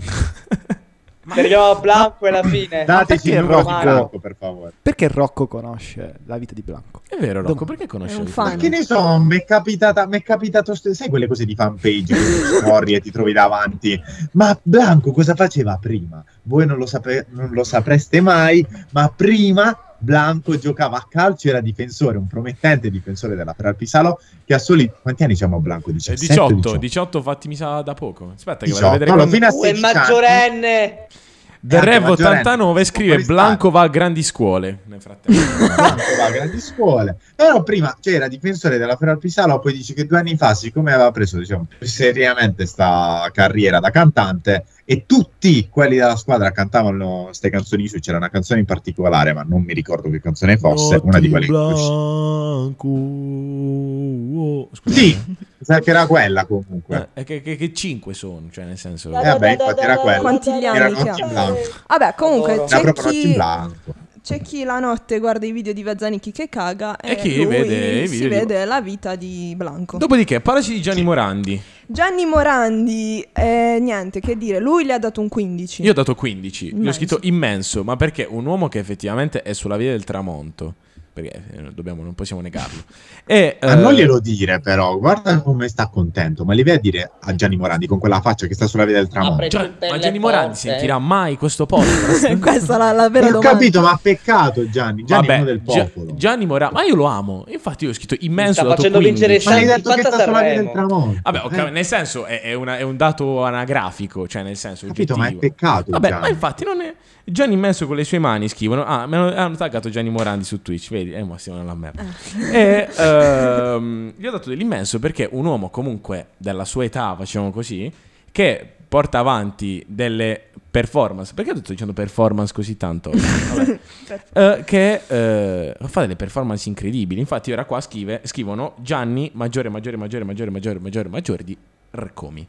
S4: Se arriviamo a Blanco e alla fine.
S1: Dateci il
S5: Perché
S1: numero di
S5: Rocco-
S1: Blanco, per favore.
S5: Perché Rocco conosce la vita di Blanco?
S2: È vero Rocco,
S5: Dom-
S2: perché conosci
S3: È un
S2: il-
S3: fan.
S1: Ma che ne so, mi è capitata, mi è capitato, st- sai quelle cose di fanpage che scorri e ti trovi davanti. Ma Blanco cosa faceva prima? Voi non lo, sape- non lo sapreste mai, ma prima Blanco giocava a calcio, era difensore, un promettente difensore della Ferrari Salo che a soli quanti anni siamo Blanco?
S2: Eh,
S1: 17,
S2: 18, 18 fatti mi sa da poco. Aspetta che vado a
S1: 18,
S2: vedere
S1: no,
S2: quando-
S1: fino a eh,
S4: Tu è
S1: 16 anni.
S4: maggiorenne.
S2: Del
S1: anche
S2: Rev
S1: maggiorenne.
S2: 89 scrive
S1: Può
S2: Blanco va a grandi scuole. Nel frattempo.
S1: Blanco va a grandi scuole. Però prima c'era difensore della Ferrari Pisalo, poi dice che due anni fa, siccome aveva preso diciamo, più seriamente sta carriera da cantante, e tutti quelli della squadra cantavano queste canzoni su, c'era una canzone in particolare, ma non mi ricordo che canzone fosse, una di quelle che uscì. Uh.
S2: Blanco. Scusate.
S1: Sì, mi sa che era quella comunque.
S2: Eh, che, che, 5 sono, cioè nel senso...
S1: Eh, vabbè, infatti era quello.
S3: Quanti gli
S1: Era
S3: anni che
S1: Rocchi
S3: ha?
S1: Blanco.
S3: Vabbè, comunque
S4: Adoro.
S1: Era
S3: c'è
S1: proprio Rocchi
S3: chi,
S1: Blanco.
S3: c'è chi la notte guarda i video di Vazzanicchi che caga e,
S2: E chi
S3: lui
S2: vede i
S3: si
S2: video di-
S3: vede la vita di Blanco.
S2: Dopodiché, parlaci di Gianni Morandi.
S3: Gianni Morandi, eh, niente che dire, lui gli ha dato un 15.
S2: Io ho dato 15, gli ho
S3: Immenso.
S2: scritto immenso, ma perché un uomo che effettivamente è sulla via del tramonto, perché eh, dobbiamo, non possiamo negarlo. E,
S1: Ma
S2: eh,
S1: non glielo dire però, guarda come sta contento, ma li vedi a dire a Gianni Morandi con quella faccia che sta sulla via del tramonto.
S4: Apre
S2: Gian-
S4: Cioè, tutte
S2: ma
S4: le
S2: Gianni Morandi
S4: porte.
S2: sentirà mai questo podcast?
S3: Questa è la, la vera
S1: Ho
S3: domanda.
S1: capito, ma peccato Gianni, Gianni è
S2: Vabbè,
S1: uno del
S2: Gia-
S1: popolo.
S2: Gianni Morandi, ma io lo amo. Infatti, io ho scritto
S4: Mi
S2: immenso.
S4: sta
S2: ho dato
S4: facendo
S2: 15.
S4: vincere
S1: Ma mi hai
S4: Santi,
S1: detto che
S4: quanto
S1: sta sulla via
S4: Sanremo?
S1: del tramonto.
S2: Vabbè, ho
S1: eh.
S2: cap- nel senso, è, è una- è un dato anagrafico, cioè nel senso.
S1: capito, ma è
S2: oggettivo.
S1: peccato.
S2: Vabbè,
S1: Gianni.
S2: ma infatti non è. Gianni Immenso con le sue mani scrivono. Ah, mi hanno, hanno taggato Gianni Morandi su Twitch. Vedi, eh, ma siamo nella merda. e ehm, gli ho dato dell'immenso perché un uomo, comunque, della sua età, facciamo così, che porta avanti delle performance. Perché sto dicendo performance così tanto? oggi? Vabbè. Eh, che eh, fa delle performance incredibili. Infatti, ora qua scrive- scrivono Gianni maggiore, maggiore, maggiore, maggiore, maggiore, maggiore, maggiore di Rcomi.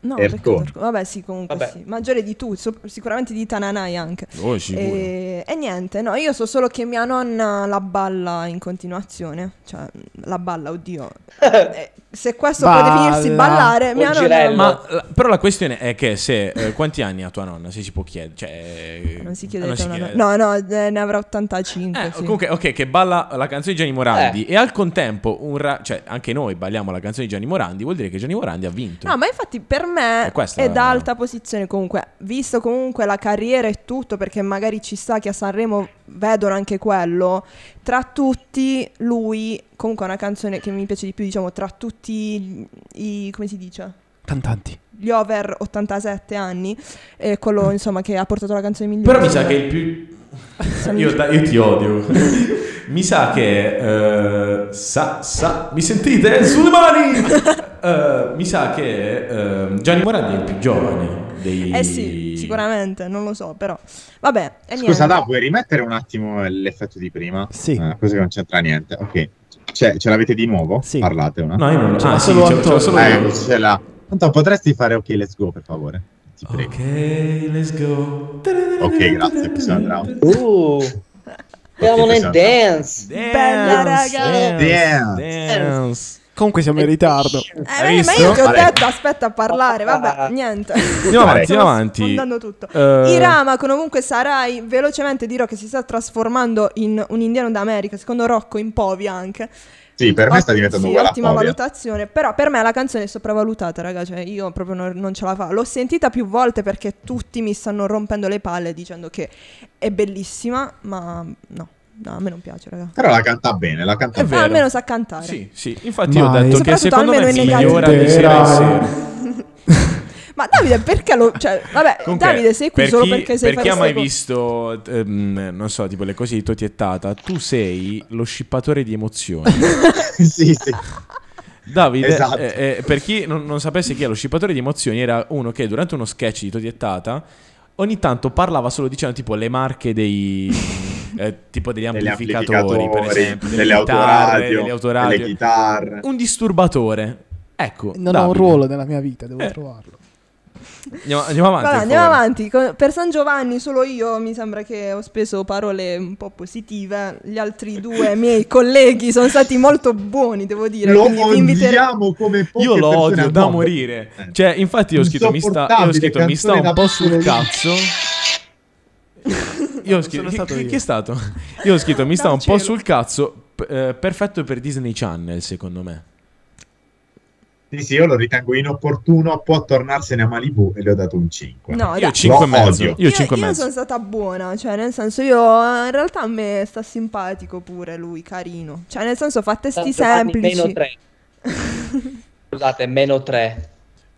S3: No,
S1: Erco.
S3: peccato, Erco. Vabbè, sì, comunque
S4: Vabbè.
S3: sì. Maggiore di tu, so- sicuramente di Tananai anche. Eh,
S2: Oh, sicuro.
S3: E, e niente, no, io so solo che mia nonna la balla in continuazione. Cioè, la balla, oddio. Eh, se questo può
S5: Balla.
S3: definirsi ballare,
S4: O
S3: mia nonna.
S4: girello.
S2: Ma, la- però la questione è che se eh, quanti anni ha tua nonna, se si può chiedere, cioè,
S3: Ah, Non si chiede
S2: non si
S3: Tananai.
S2: chiede.
S3: No, no, eh, ne avrà 85.
S2: Eh,
S3: sì.
S2: Comunque, ok, che balla la canzone di Gianni Morandi e al contempo un ra- cioè anche noi balliamo la canzone di Gianni Morandi, vuol dire che Gianni Morandi ha vinto.
S3: No, ma infatti per me
S2: E questa
S3: è
S2: è-
S3: da alta posizione comunque, visto comunque la carriera e tutto, perché magari ci sta che a Sanremo vedono anche quello, tra tutti lui, comunque è una canzone che mi piace di più, diciamo, tra tutti i, come si dice?
S5: Cantanti.
S3: Gli over 87 anni, è quello insomma che ha portato la canzone migliore.
S2: Però mi sa che il più.
S3: Sono-
S2: Io, io ti odio. mi sa che. eh, sa, sa, mi sentite? Sulle mani! Eh, mi sa che eh, Gianni Morandi è il più giovane dei.
S3: Eh sì, sicuramente, non lo so, però. Vabbè, è niente.
S1: Scusa, da, puoi rimettere un attimo l'effetto di prima?
S5: Sì.
S1: Eh, così che non c'entra niente. Ok. C'è- ce l'avete di nuovo?
S5: Sì.
S1: Parlate una.
S2: No, io non lo
S5: C'era
S2: ah, sì,
S5: solo
S2: c'era- c'era
S5: Antonio.
S2: solo
S1: Eh,
S2: io.
S1: ecco, ce l'ha. Tanto potresti fare ok, let's go, per favore. Ti prego.
S2: Ok, let's go.
S1: Ok, grazie, possiamo andare.
S6: Uh, siamo
S1: Ok,
S6: nel
S1: esatto.
S6: dance.
S3: Bella, raga.
S2: Dance, dance.
S5: Comunque siamo in ritardo.
S3: Eh,
S2: Hai
S3: beh, ma io ti ho
S1: visto?
S3: detto aspetta a parlare, vabbè,
S6: Ah.
S3: niente.
S2: Andiamo avanti,
S3: Sto
S2: andiamo avanti.
S3: sfondando tutto.
S2: Eh,
S3: Irama, comunque sarai, velocemente dirò che si sta trasformando in un indiano d'America, secondo Rocco in Povi anche.
S1: Sì, per me sta
S3: Ot-
S1: diventando
S3: sì,
S1: uguale a
S3: ottima
S1: Fabio.
S3: valutazione, però per me la canzone è sopravvalutata, raga, cioè io proprio non, non ce la fa. L'ho sentita più volte perché tutti mi stanno rompendo le palle dicendo che è bellissima, ma no, no a me non piace, raga.
S1: Però la canta bene, la canta
S2: È
S1: bene.
S2: vero.
S3: Almeno sa cantare.
S2: Sì, sì, infatti
S5: Ma
S2: io ho detto che
S3: soprattutto
S2: secondo
S3: almeno
S2: me
S3: i negati.
S2: migliora di sera in sera.
S3: Ma Davide, perché lo... Cioè, vabbè,
S2: Comunque,
S3: Davide sei qui
S2: per
S3: solo
S2: chi-
S3: perché sei
S2: Per chi ha mai visto, ehm, non so, tipo le cose di Toti e Tata, tu sei lo scippatore di emozioni.
S1: sì, sì.
S2: Davide,
S1: Esatto.
S2: eh, eh, per chi non, non sapesse chi è lo scippatore di emozioni, era uno che durante uno sketch di Toti e Tata ogni tanto parlava solo dicendo tipo le marche dei... eh, tipo degli
S1: Degli
S2: amplificatori, per
S1: amplificatori,
S2: esempio,
S1: delle
S2: chitarre,
S1: autoradio,
S2: delle autoradio.
S1: delle chitarre.
S2: Un disturbatore. Ecco,
S5: Non ho un
S2: Davide.
S5: ruolo nella mia vita, devo
S2: Eh.
S5: trovarlo.
S2: Andiamo, andiamo avanti.
S3: Vabbè,
S2: per
S3: andiamo
S2: favore.
S3: avanti. Co- Per San Giovanni solo io mi sembra che ho speso parole un po' positive. Gli altri due miei colleghi sono stati molto buoni, devo dire.
S1: Lo
S3: quindi vi inviterò-
S1: odiamo come poche
S2: Io lo
S1: persone
S2: odio
S1: al
S2: da
S1: mondo.
S2: morire.
S1: Eh.
S2: Cioè, infatti, io ho scritto, mi sta, io ho scritto, mi sta un po' sul
S1: Insopportabile,
S2: cazzo. Io ho scritto,
S5: sono
S2: chi,
S5: stato
S2: chi-
S5: io.
S2: chi è stato? Io ho scritto, mi sta
S3: Dal
S2: un po'
S3: cielo.
S2: sul cazzo. p- eh, perfetto per Disney Channel, secondo me.
S1: Sì, sì, io lo ritengo inopportuno, può tornarsene a Malibu e le ho dato un 5.
S3: No,
S2: Io
S3: dai.
S2: 5 e
S1: Lo
S2: mezzo.
S1: odio.
S2: Io 5 e
S3: io
S2: mezzo.
S3: sono stata buona, cioè nel senso io in realtà a me sta simpatico pure lui, carino. Cioè nel senso fa testi
S6: San Giovanni, Meno
S3: semplici.
S6: 3. Scusate, meno 3.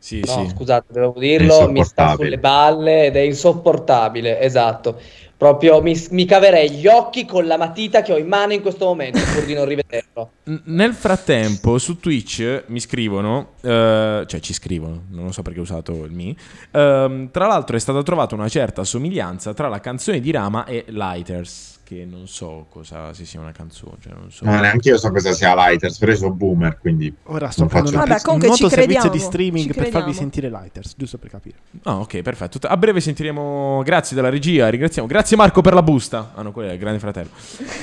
S2: Sì,
S6: No,
S2: sì.
S6: scusate, devo dirlo, mi sta
S1: Insopportabile.
S6: sulle balle ed è insopportabile, esatto. Proprio mi, mi caverei gli occhi con la matita che ho in mano in questo momento, pur di non rivederlo.
S2: N- Nel frattempo su Twitch mi scrivono, eh, cioè ci scrivono, non lo so perché ho usato il mi. Ehm, tra l'altro è stata trovata una certa somiglianza tra la canzone di Rama e Lighters, che non so cosa se sia una canzone, cioè non so.
S1: No, neanche io so cosa sia Lighters, però io sono boomer, quindi...
S5: Ora sto
S1: Non
S5: prendendo
S1: faccio-
S5: una
S3: Vabbè,
S5: pizza-
S3: comunque
S5: un
S3: ci
S5: noto servizio
S3: crediamo,
S5: di streaming
S3: ci
S5: per farvi
S3: crediamo.
S5: sentire Lighters, giusto per capire.
S2: Ah, ok, perfetto. A breve sentiremo grazie della regia, ringraziamo. Grazie Marco per la busta. Ah no, quello è il Grande Fratello.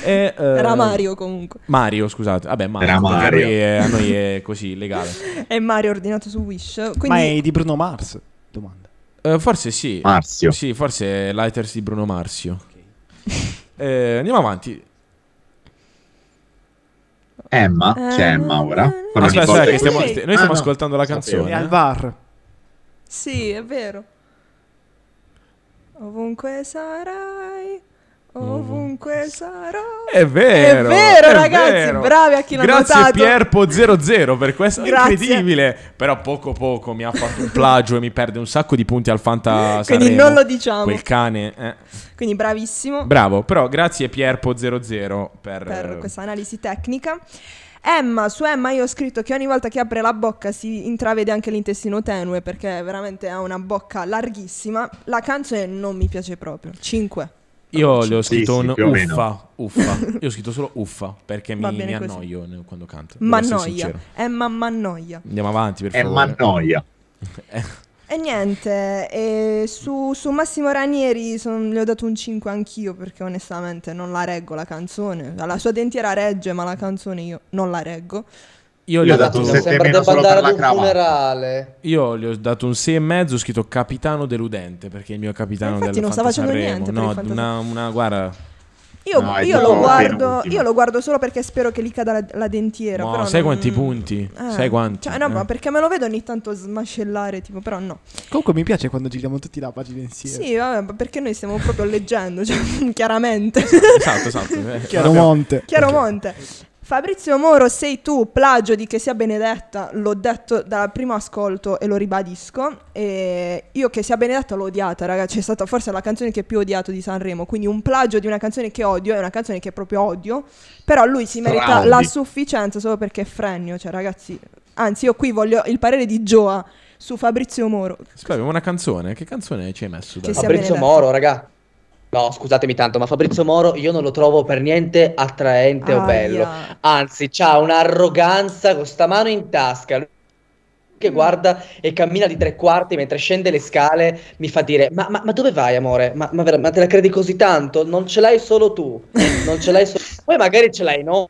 S2: E, eh,
S3: Era Mario comunque.
S2: Mario, scusate. Vabbè, Mario.
S1: Era
S2: perché
S1: Mario.
S2: A, noi è, a noi è così legale.
S3: E Mario ordinato su Wish. Quindi...
S5: Ma è di Bruno Mars? Domanda.
S2: Eh, forse sì.
S1: Marzio.
S2: Sì, forse è Lighters di Bruno Marzio. Eh, andiamo avanti.
S1: Emma?
S3: Eh,
S1: C'è Emma ora? Con la nipote
S2: Aspetta, aspetta, che
S1: qui?
S2: stiamo,
S3: Sì.
S2: st- noi stiamo
S1: Ah, no.
S2: ascoltando la
S1: Sapevo.
S5: È
S2: canzone.
S5: al VAR.
S3: Sì, è vero. Ovunque sarai, ovunque sarai.
S2: Mhm. È vero,
S3: È vero,
S2: è
S3: ragazzi,
S2: vero.
S3: bravi a chi l'ha
S2: Grazie
S3: notato.
S2: Pierpo00 per questo
S3: Grazie.
S2: incredibile. Però poco poco mi ha fatto un plagio e mi perde un sacco di punti al Fanta
S3: Quindi
S2: Sanremo.
S3: non lo diciamo.
S2: Quel cane, eh.
S3: Quindi bravissimo
S2: Bravo, però grazie Pierpo00 per,
S3: per questa analisi tecnica. Emma, su Emma io ho scritto che ogni volta che apre la bocca si intravede anche l'intestino tenue perché veramente ha una bocca larghissima. La canzone non mi piace proprio. 5.
S2: Io le ho scritto
S1: sì,
S2: un
S1: più o meno.
S2: uffa, uffa. Io ho scritto solo uffa perché mi,
S3: Va
S2: mi
S3: bene così.
S2: annoio ne- quando canto. devo essere
S3: Mannoia.
S2: sincero.
S3: Emma Mannoia.
S2: Andiamo avanti, per favore.
S1: Emma Noia.
S3: E niente, e su, su Massimo Ranieri son- le ho dato un 5 anch'io perché onestamente non la reggo la canzone. La sua dentiera regge, ma la canzone io non la reggo.
S2: Io gli
S1: Io
S2: ho
S1: ho dato
S2: dato
S1: un
S2: un
S1: sette
S6: Sembra
S1: meno
S6: da
S1: solo per
S6: andare
S1: la
S6: ad un
S1: cravatta.
S6: funerale.
S2: Io gli ho dato un 6 e mezzo, ho scritto capitano deludente perché è il mio capitano
S3: Ma Eh, infatti
S2: del
S3: non sta
S2: Fanta
S3: facendo
S2: Sanremo.
S3: niente per il
S2: No,
S3: Fanta
S2: una, una guarda.
S3: Io,
S1: No, è
S3: io lo
S1: tipo
S3: guardo,
S1: penultimo.
S3: io lo guardo solo perché spero che gli cada la, la dentiera.
S2: Ma
S3: però
S2: sai
S3: non-
S2: quanti punti?
S3: Eh,
S2: Sai quanti?
S3: Cioè, no,
S2: Eh.
S3: ma perché me lo vedo ogni tanto smascellare, tipo, però no.
S5: Comunque mi piace quando giriamo tutti la pagina insieme.
S2: eh.
S3: Sì, vabbè, ma perché noi stiamo proprio leggendo, cioè, chiaramente.
S2: Esatto, esatto. eh.
S5: Chiaromonte.
S3: Chiaromonte. Fabrizio Moro, sei tu, plagio di che sia benedetta, l'ho detto dal primo ascolto e lo ribadisco. E io che sia benedetta l'ho odiata, ragazzi, è stata forse la canzone che più ho odiato di Sanremo, quindi un plagio di una canzone che odio è una canzone che proprio odio, però lui si merita
S1: Straudi.
S3: la sufficienza solo perché è frenio, cioè ragazzi, anzi io qui voglio il parere di Joa su Fabrizio Moro.
S2: Aspetta, abbiamo una canzone. Che canzone ci hai messo?
S3: Che
S2: Davide?
S3: sia
S4: Fabrizio
S3: benedetto.
S4: Moro, raga. No, scusatemi tanto, ma Fabrizio Moro io non lo trovo per niente attraente o
S3: Aia.
S4: bello. Anzi, c'ha un'arroganza con sta mano in tasca. Lui Che guarda e cammina di tre quarti mentre scende le scale, mi fa dire: Ma, ma- ma dove vai, amore? Ma, ma vera- ma te la credi così tanto? Non ce l'hai solo tu, non ce l'hai solo Poi magari ce l'hai no.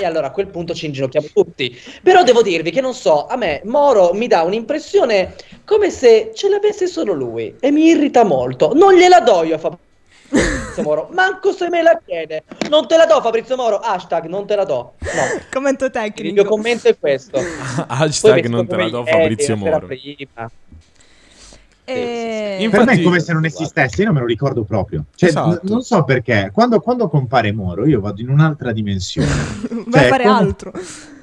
S4: e allora a quel punto ci inginocchiamo tutti. Però devo dirvi che non so, a me Moro mi dà un'impressione come se ce l'avesse solo lui e mi irrita molto. Non gliela do io a Fabrizio Moro, manco se me la chiede. Non te la do Fabrizio Moro, hashtag non te la do. No.
S3: Commento tecnico.
S4: Il mio commento è questo. Poi
S2: Hashtag
S4: vedi
S2: non te la
S4: come
S2: do
S4: ieri,
S2: Fabrizio
S4: la sera
S2: Moro.
S4: prima.
S3: E-
S2: sì, sì.
S1: per me
S2: Infatti-
S1: è come se non esistesse, io non me lo ricordo proprio. Cioè,
S2: Esatto.
S1: n- non so perché, quando, quando compare Moro io vado in un'altra dimensione.
S3: Vai a
S1: Cioè,
S3: fare
S1: come-
S3: altro.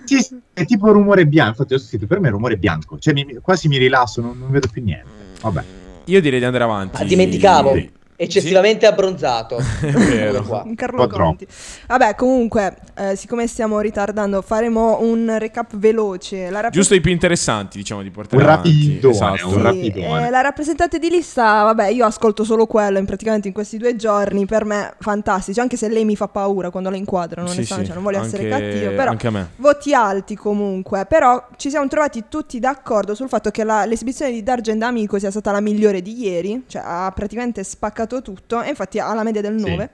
S1: Sì, sì, è tipo rumore bianco, infatti ho scritto, per me è rumore bianco, cioè mi- quasi mi rilasso, non, non vedo più niente. Vabbè,
S2: Io direi di andare avanti.
S4: Ah, dimenticavo.
S2: Sì.
S4: Eccessivamente abbronzato.
S2: È vero.
S4: Qua.
S3: Un Carlo
S1: Un po' troppo.
S3: Conti. Vabbè, comunque, eh, siccome stiamo ritardando, faremo un recap veloce. La rappres-
S2: Giusto i più interessanti, diciamo, di portare
S1: Un
S2: avanti.
S1: rapidone,
S2: Esatto.
S1: un
S3: Sì,
S1: rapidone.
S3: eh, la rappresentante di lista, vabbè, io ascolto solo quello in praticamente in questi due giorni, per me fantastici, anche se lei mi fa paura quando la inquadro, non
S2: Sì,
S3: ne so,
S2: sì.
S3: cioè, non voglio essere
S2: Anche-
S3: cattivo, però
S2: Anche a me.
S3: voti alti comunque, però ci siamo trovati tutti d'accordo sul fatto che la- l'esibizione di Dargen D'Amico sia stata la migliore di ieri, cioè ha praticamente spaccato tutto, e infatti ha la media del
S1: Sì.
S3: 9.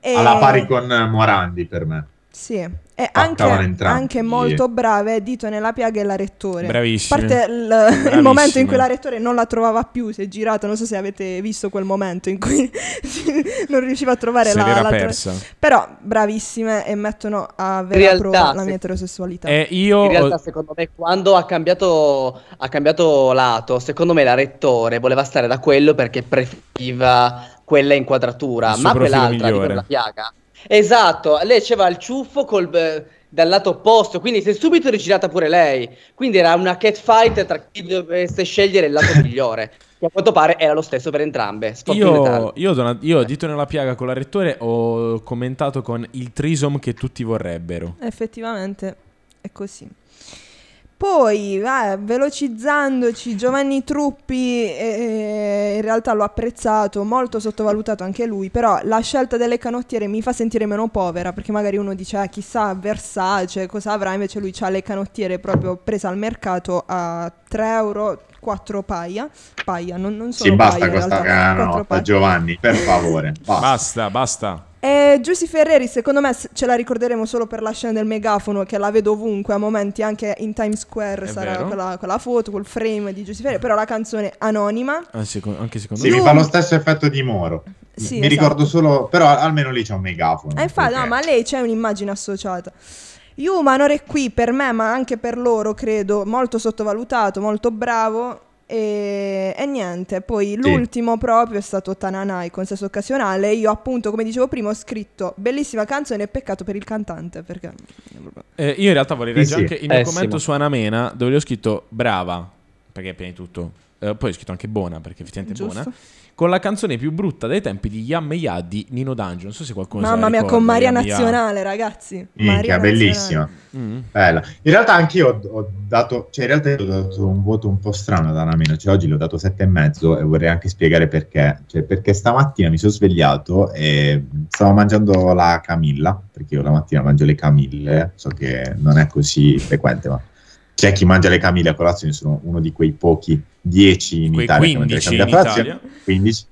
S3: E-
S1: alla pari con eh, Morandi per me.
S3: Sì, e anche,
S1: Spaccavano entrambi.
S3: anche molto brave Dito nella piaga e la rettore. A
S2: Bravissimi.
S3: parte il- il,
S2: Bravissime.
S3: momento in cui la rettore non la trovava più, si è girata, non so se avete visto quel momento in cui non riusciva a trovare
S2: Se
S3: la,
S2: l'era
S3: l'altra-
S2: persa.
S3: Però bravissime e mettono a vera
S4: realtà,
S3: prova la
S4: se-
S3: mia eterosessualità.
S2: E Eh, io...
S4: In realtà,
S2: ho-
S4: secondo me, quando ha cambiato, ha cambiato lato, secondo me la rettore voleva stare da quello perché preferiva quella inquadratura,
S2: Il suo
S4: ma
S2: profilo
S4: quell'altra di
S2: migliore.
S4: la piaga. Esatto, lei c'era il ciuffo col, eh, dal lato opposto, quindi si è subito rigirata pure lei. Quindi era una catfight tra chi dovesse scegliere il lato migliore. Che a quanto pare era lo stesso per entrambe.
S2: Io,
S4: sfortunatamente.
S2: io, dona-
S3: Eh.
S2: io, dito nella piaga con la rettore, ho commentato con il trisom che tutti vorrebbero.
S3: Effettivamente è così. Poi, va, velocizzandoci, Giovanni Truppi eh, in realtà l'ho apprezzato, molto sottovalutato anche lui, però la scelta delle canottiere mi fa sentire meno povera, perché magari uno dice "Ah, chissà Versace cosa avrà, invece lui ha le canottiere proprio prese al mercato a 3 euro, 4 paia, paia, non, non sono
S1: Sì,
S3: paia
S1: basta
S3: in
S1: questa
S3: realtà, quattro
S1: canotta,
S3: paia.
S1: Giovanni, per favore. Basta.
S2: Basta, basta.
S3: Eh, Giussi Ferreri, secondo me s- ce la ricorderemo solo per la scena del megafono che la vedo ovunque, a momenti anche in Times Square
S2: È
S3: sarà
S2: vero.
S3: quella, quella foto, col frame di Giussi Ferreri, però la canzone anonima.
S2: Ah, seco- anche secondo
S1: Sì,
S2: me.
S1: mi
S3: Lui-
S1: fa lo stesso effetto di Moro. mi
S3: Sì, esatto.
S1: ricordo solo, però almeno lì c'è un megafono.
S3: Eh, infatti,
S1: perché-
S3: no, ma a lei c'è un'immagine associata. Yuma non è qui per me, ma anche per loro, credo, molto sottovalutato, molto bravo. E, e niente, poi l'ultimo proprio è stato Tananai con sesso occasionale. Io, appunto, come dicevo prima, ho scritto bellissima canzone, peccato per il cantante perché mm,
S2: Eh, io in realtà vorrei
S1: Sì, sì.
S2: leggere anche il mio
S4: Eh, sì,
S2: commento
S4: ma-
S2: su Anamena, dove le ho scritto brava, perché è prima di tutto. eh, poi ho scritto anche buona, perché effettivamente è
S3: Giusto.
S2: buona. Con la canzone più brutta dei tempi di Yam e Ya di Nino D'Angelo. Non so se qualcuno se la
S3: Mamma mia,
S2: ricorda,
S3: con Maria
S2: Yam e Ya.
S3: Nazionale, ragazzi. Maria
S1: Minchia,
S3: Nazionale.
S1: bellissima.
S2: Mm.
S1: Bella. In realtà anch'io ho, ho dato, cioè in realtà io ho dato un voto un po' strano ad Anamena, cioè oggi l'ho dato 7,5 e vorrei anche spiegare perché, cioè perché stamattina mi sono svegliato e stavo mangiando la camilla, perché io la mattina mangio le camille, so che non è così frequente, ma c'è chi mangia le camille a colazione, sono uno di quei pochi 10 in
S2: Quei
S1: Italia che mangia le
S2: 15 in
S1: camille a colazione.
S2: Italia.
S1: 15.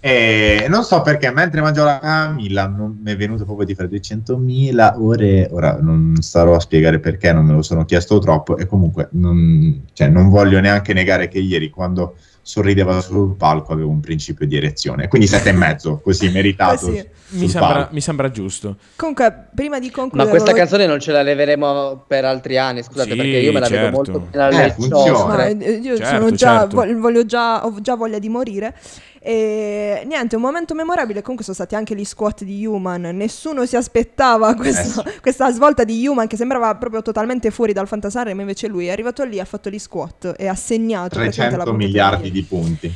S1: E non so perché, mentre mangiavo la Camilla, non mi è venuto proprio di fare 200.000 ore. Ora non starò a spiegare perché, non me lo sono chiesto troppo. E comunque, non, cioè, non voglio neanche negare che ieri, quando sorrideva sul palco, avevo un principio di erezione. Quindi sette e mezzo, così meritato.
S3: Eh sì.
S1: sul
S2: Mi sembra,
S1: palco.
S2: mi sembra giusto.
S3: Comunque, prima di concludere,
S4: Ma questa
S3: volevo-
S4: canzone non ce la leveremo per altri anni, scusate,
S2: Sì,
S4: perché io me la
S2: certo.
S4: vedo molto alle
S1: Eh, funziona.
S4: giostre.
S3: Ma, eh, io
S2: Certo,
S3: sono già,
S2: certo.
S3: vo- voglio già, ho già voglia di morire. E niente, un momento memorabile. Comunque sono stati anche gli squat di Human. Nessuno si
S1: Eh,
S3: aspettava questo- questa svolta di Human che sembrava proprio totalmente fuori dal fantasarem. Invece lui è arrivato lì, ha fatto gli squat e ha segnato praticamente
S1: 300
S3: la puntata
S1: miliardi
S3: ieri.
S1: di punti.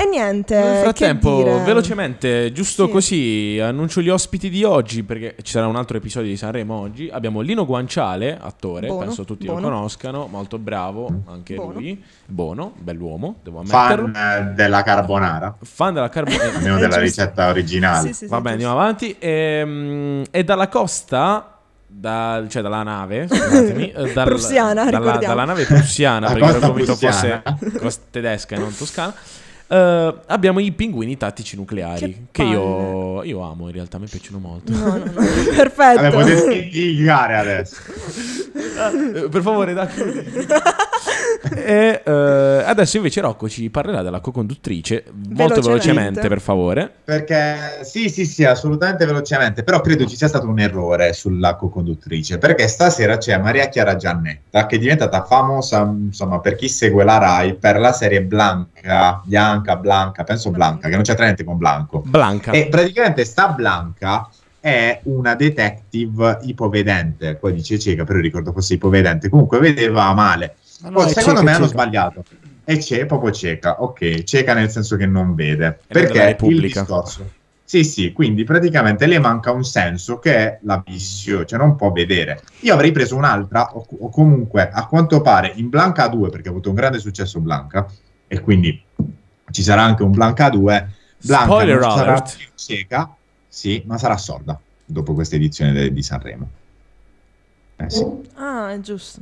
S3: E niente.
S2: Nel
S3: Eh, che
S2: frattempo,
S3: dire?
S2: velocemente, giusto
S3: Sì.
S2: così, annuncio gli ospiti di oggi perché ci sarà un altro episodio di Sanremo oggi. Abbiamo Lino Guanciale, attore,
S3: Bono,
S2: penso tutti
S3: Bono.
S2: lo conoscano, molto bravo, anche
S3: Bono.
S2: lui. Bono, bell'uomo, devo ammetterlo.
S1: Fan eh, della carbonara,
S2: Fan della carbonara.
S1: almeno
S3: È
S1: della
S3: giusto.
S1: ricetta originale.
S3: Sì, sì, sì,
S2: Va bene,
S3: giusto.
S2: andiamo avanti. Ehm, E, dalla costa, dal- cioè dalla nave, scusatemi, eh, dal-
S3: Prussiana,
S2: dalla,
S3: ricordiamo.
S2: dalla nave prussiana,
S1: La
S2: perché ero
S1: costa
S2: convinto fosse
S1: prussiana.
S2: costa tedesca e non toscana. eh, abbiamo i pinguini tattici nucleari che,
S3: Che
S2: io, io amo in realtà mi piacciono molto
S3: No, no, no. Perfetto.
S1: Vabbè, potete litigare adesso.
S2: Eh, per favore dai e eh, adesso invece Rocco ci parlerà della co-conduttrice molto
S3: Velocemente.
S2: velocemente per favore
S1: Perché sì, sì, sì, assolutamente velocemente, però credo ci sia stato un errore sulla co-conduttrice, perché stasera c'è Maria Chiara Giannetta, che è diventata famosa, insomma, per chi segue la Rai, per la serie Blanca, Bianca, Blanca, penso Blanca, che non c'entra niente con Blanco.
S2: Blanca
S1: E praticamente sta Blanca è una detective ipovedente, poi dice cieca, però io ricordo fosse ipovedente, comunque vedeva male.
S5: Ma
S1: Poi,
S5: è
S1: Boh, secondo
S5: cieca,
S1: me
S5: è
S1: hanno
S5: cieca.
S1: sbagliato. E c'è proprio cieca, ok, cieca nel senso che non vede.
S2: È della
S1: perché il
S2: Repubblica.
S1: discorso. Sì, sì, quindi praticamente le manca un senso che è la visione, cioè non può vedere. Io avrei preso un'altra, o, o comunque a quanto pare in Blanca 2, perché ha avuto un grande successo Blanca, e quindi ci sarà anche un Blanca 2. Blanca
S2: spoiler
S1: non sarà
S2: alert
S1: più cieca, sì, ma sarà sorda dopo questa edizione de- di Sanremo. Eh sì.
S3: Ah, è giusto.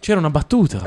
S2: c'era una battuta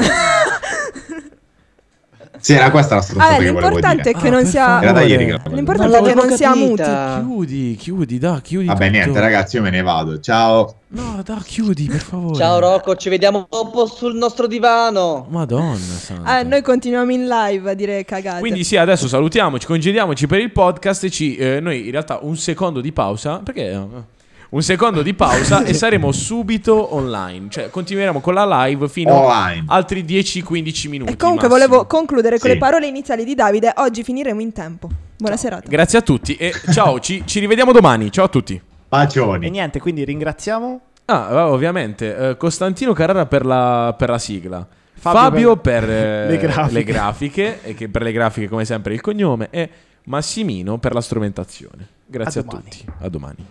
S1: Sì, era questa la stronzata
S3: Vabbè,
S1: che volevo
S3: l'importante
S1: dire.
S3: è che
S2: Ah,
S3: non
S2: per
S3: sia.
S2: favore.
S1: Era da ieri che la volevo
S3: L'importante è
S6: Non
S3: che non
S6: l'avevo
S3: sia muti.
S6: capita.
S2: chiudi chiudi da chiudi
S1: Vabbè,
S2: tutto.
S1: niente, ragazzi, io me ne vado. Ciao.
S2: no da chiudi per favore
S4: Ciao Rocco, ci vediamo dopo sul nostro divano.
S2: madonna santa.
S3: Ah, noi continuiamo in live a dire cagate.
S2: Quindi sì, adesso salutiamoci, congediamoci per il podcast e ci, eh, noi in realtà un secondo di pausa, perché eh, un secondo di pausa e saremo subito online, cioè continueremo con la live fino a
S1: Online.
S2: altri 10-15 minuti.
S3: E
S2: massimo.
S3: comunque volevo concludere con
S1: Sì.
S3: le parole iniziali di Davide. Oggi finiremo in tempo. Buona serata.
S2: Grazie a tutti e ciao, ci, ci rivediamo domani, ciao a tutti.
S5: E
S1: Bacioni.
S5: niente, quindi ringraziamo
S2: Ah, eh, ovviamente, eh, Costantino Carrara per la, per la sigla.
S5: Fabio
S2: Fabio,
S5: per-
S2: per, eh,
S5: le grafiche.
S2: le grafiche, e che per le grafiche come sempre il cognome, e Massimino per la strumentazione. Grazie
S5: A
S2: a,
S5: domani.
S2: tutti, a domani.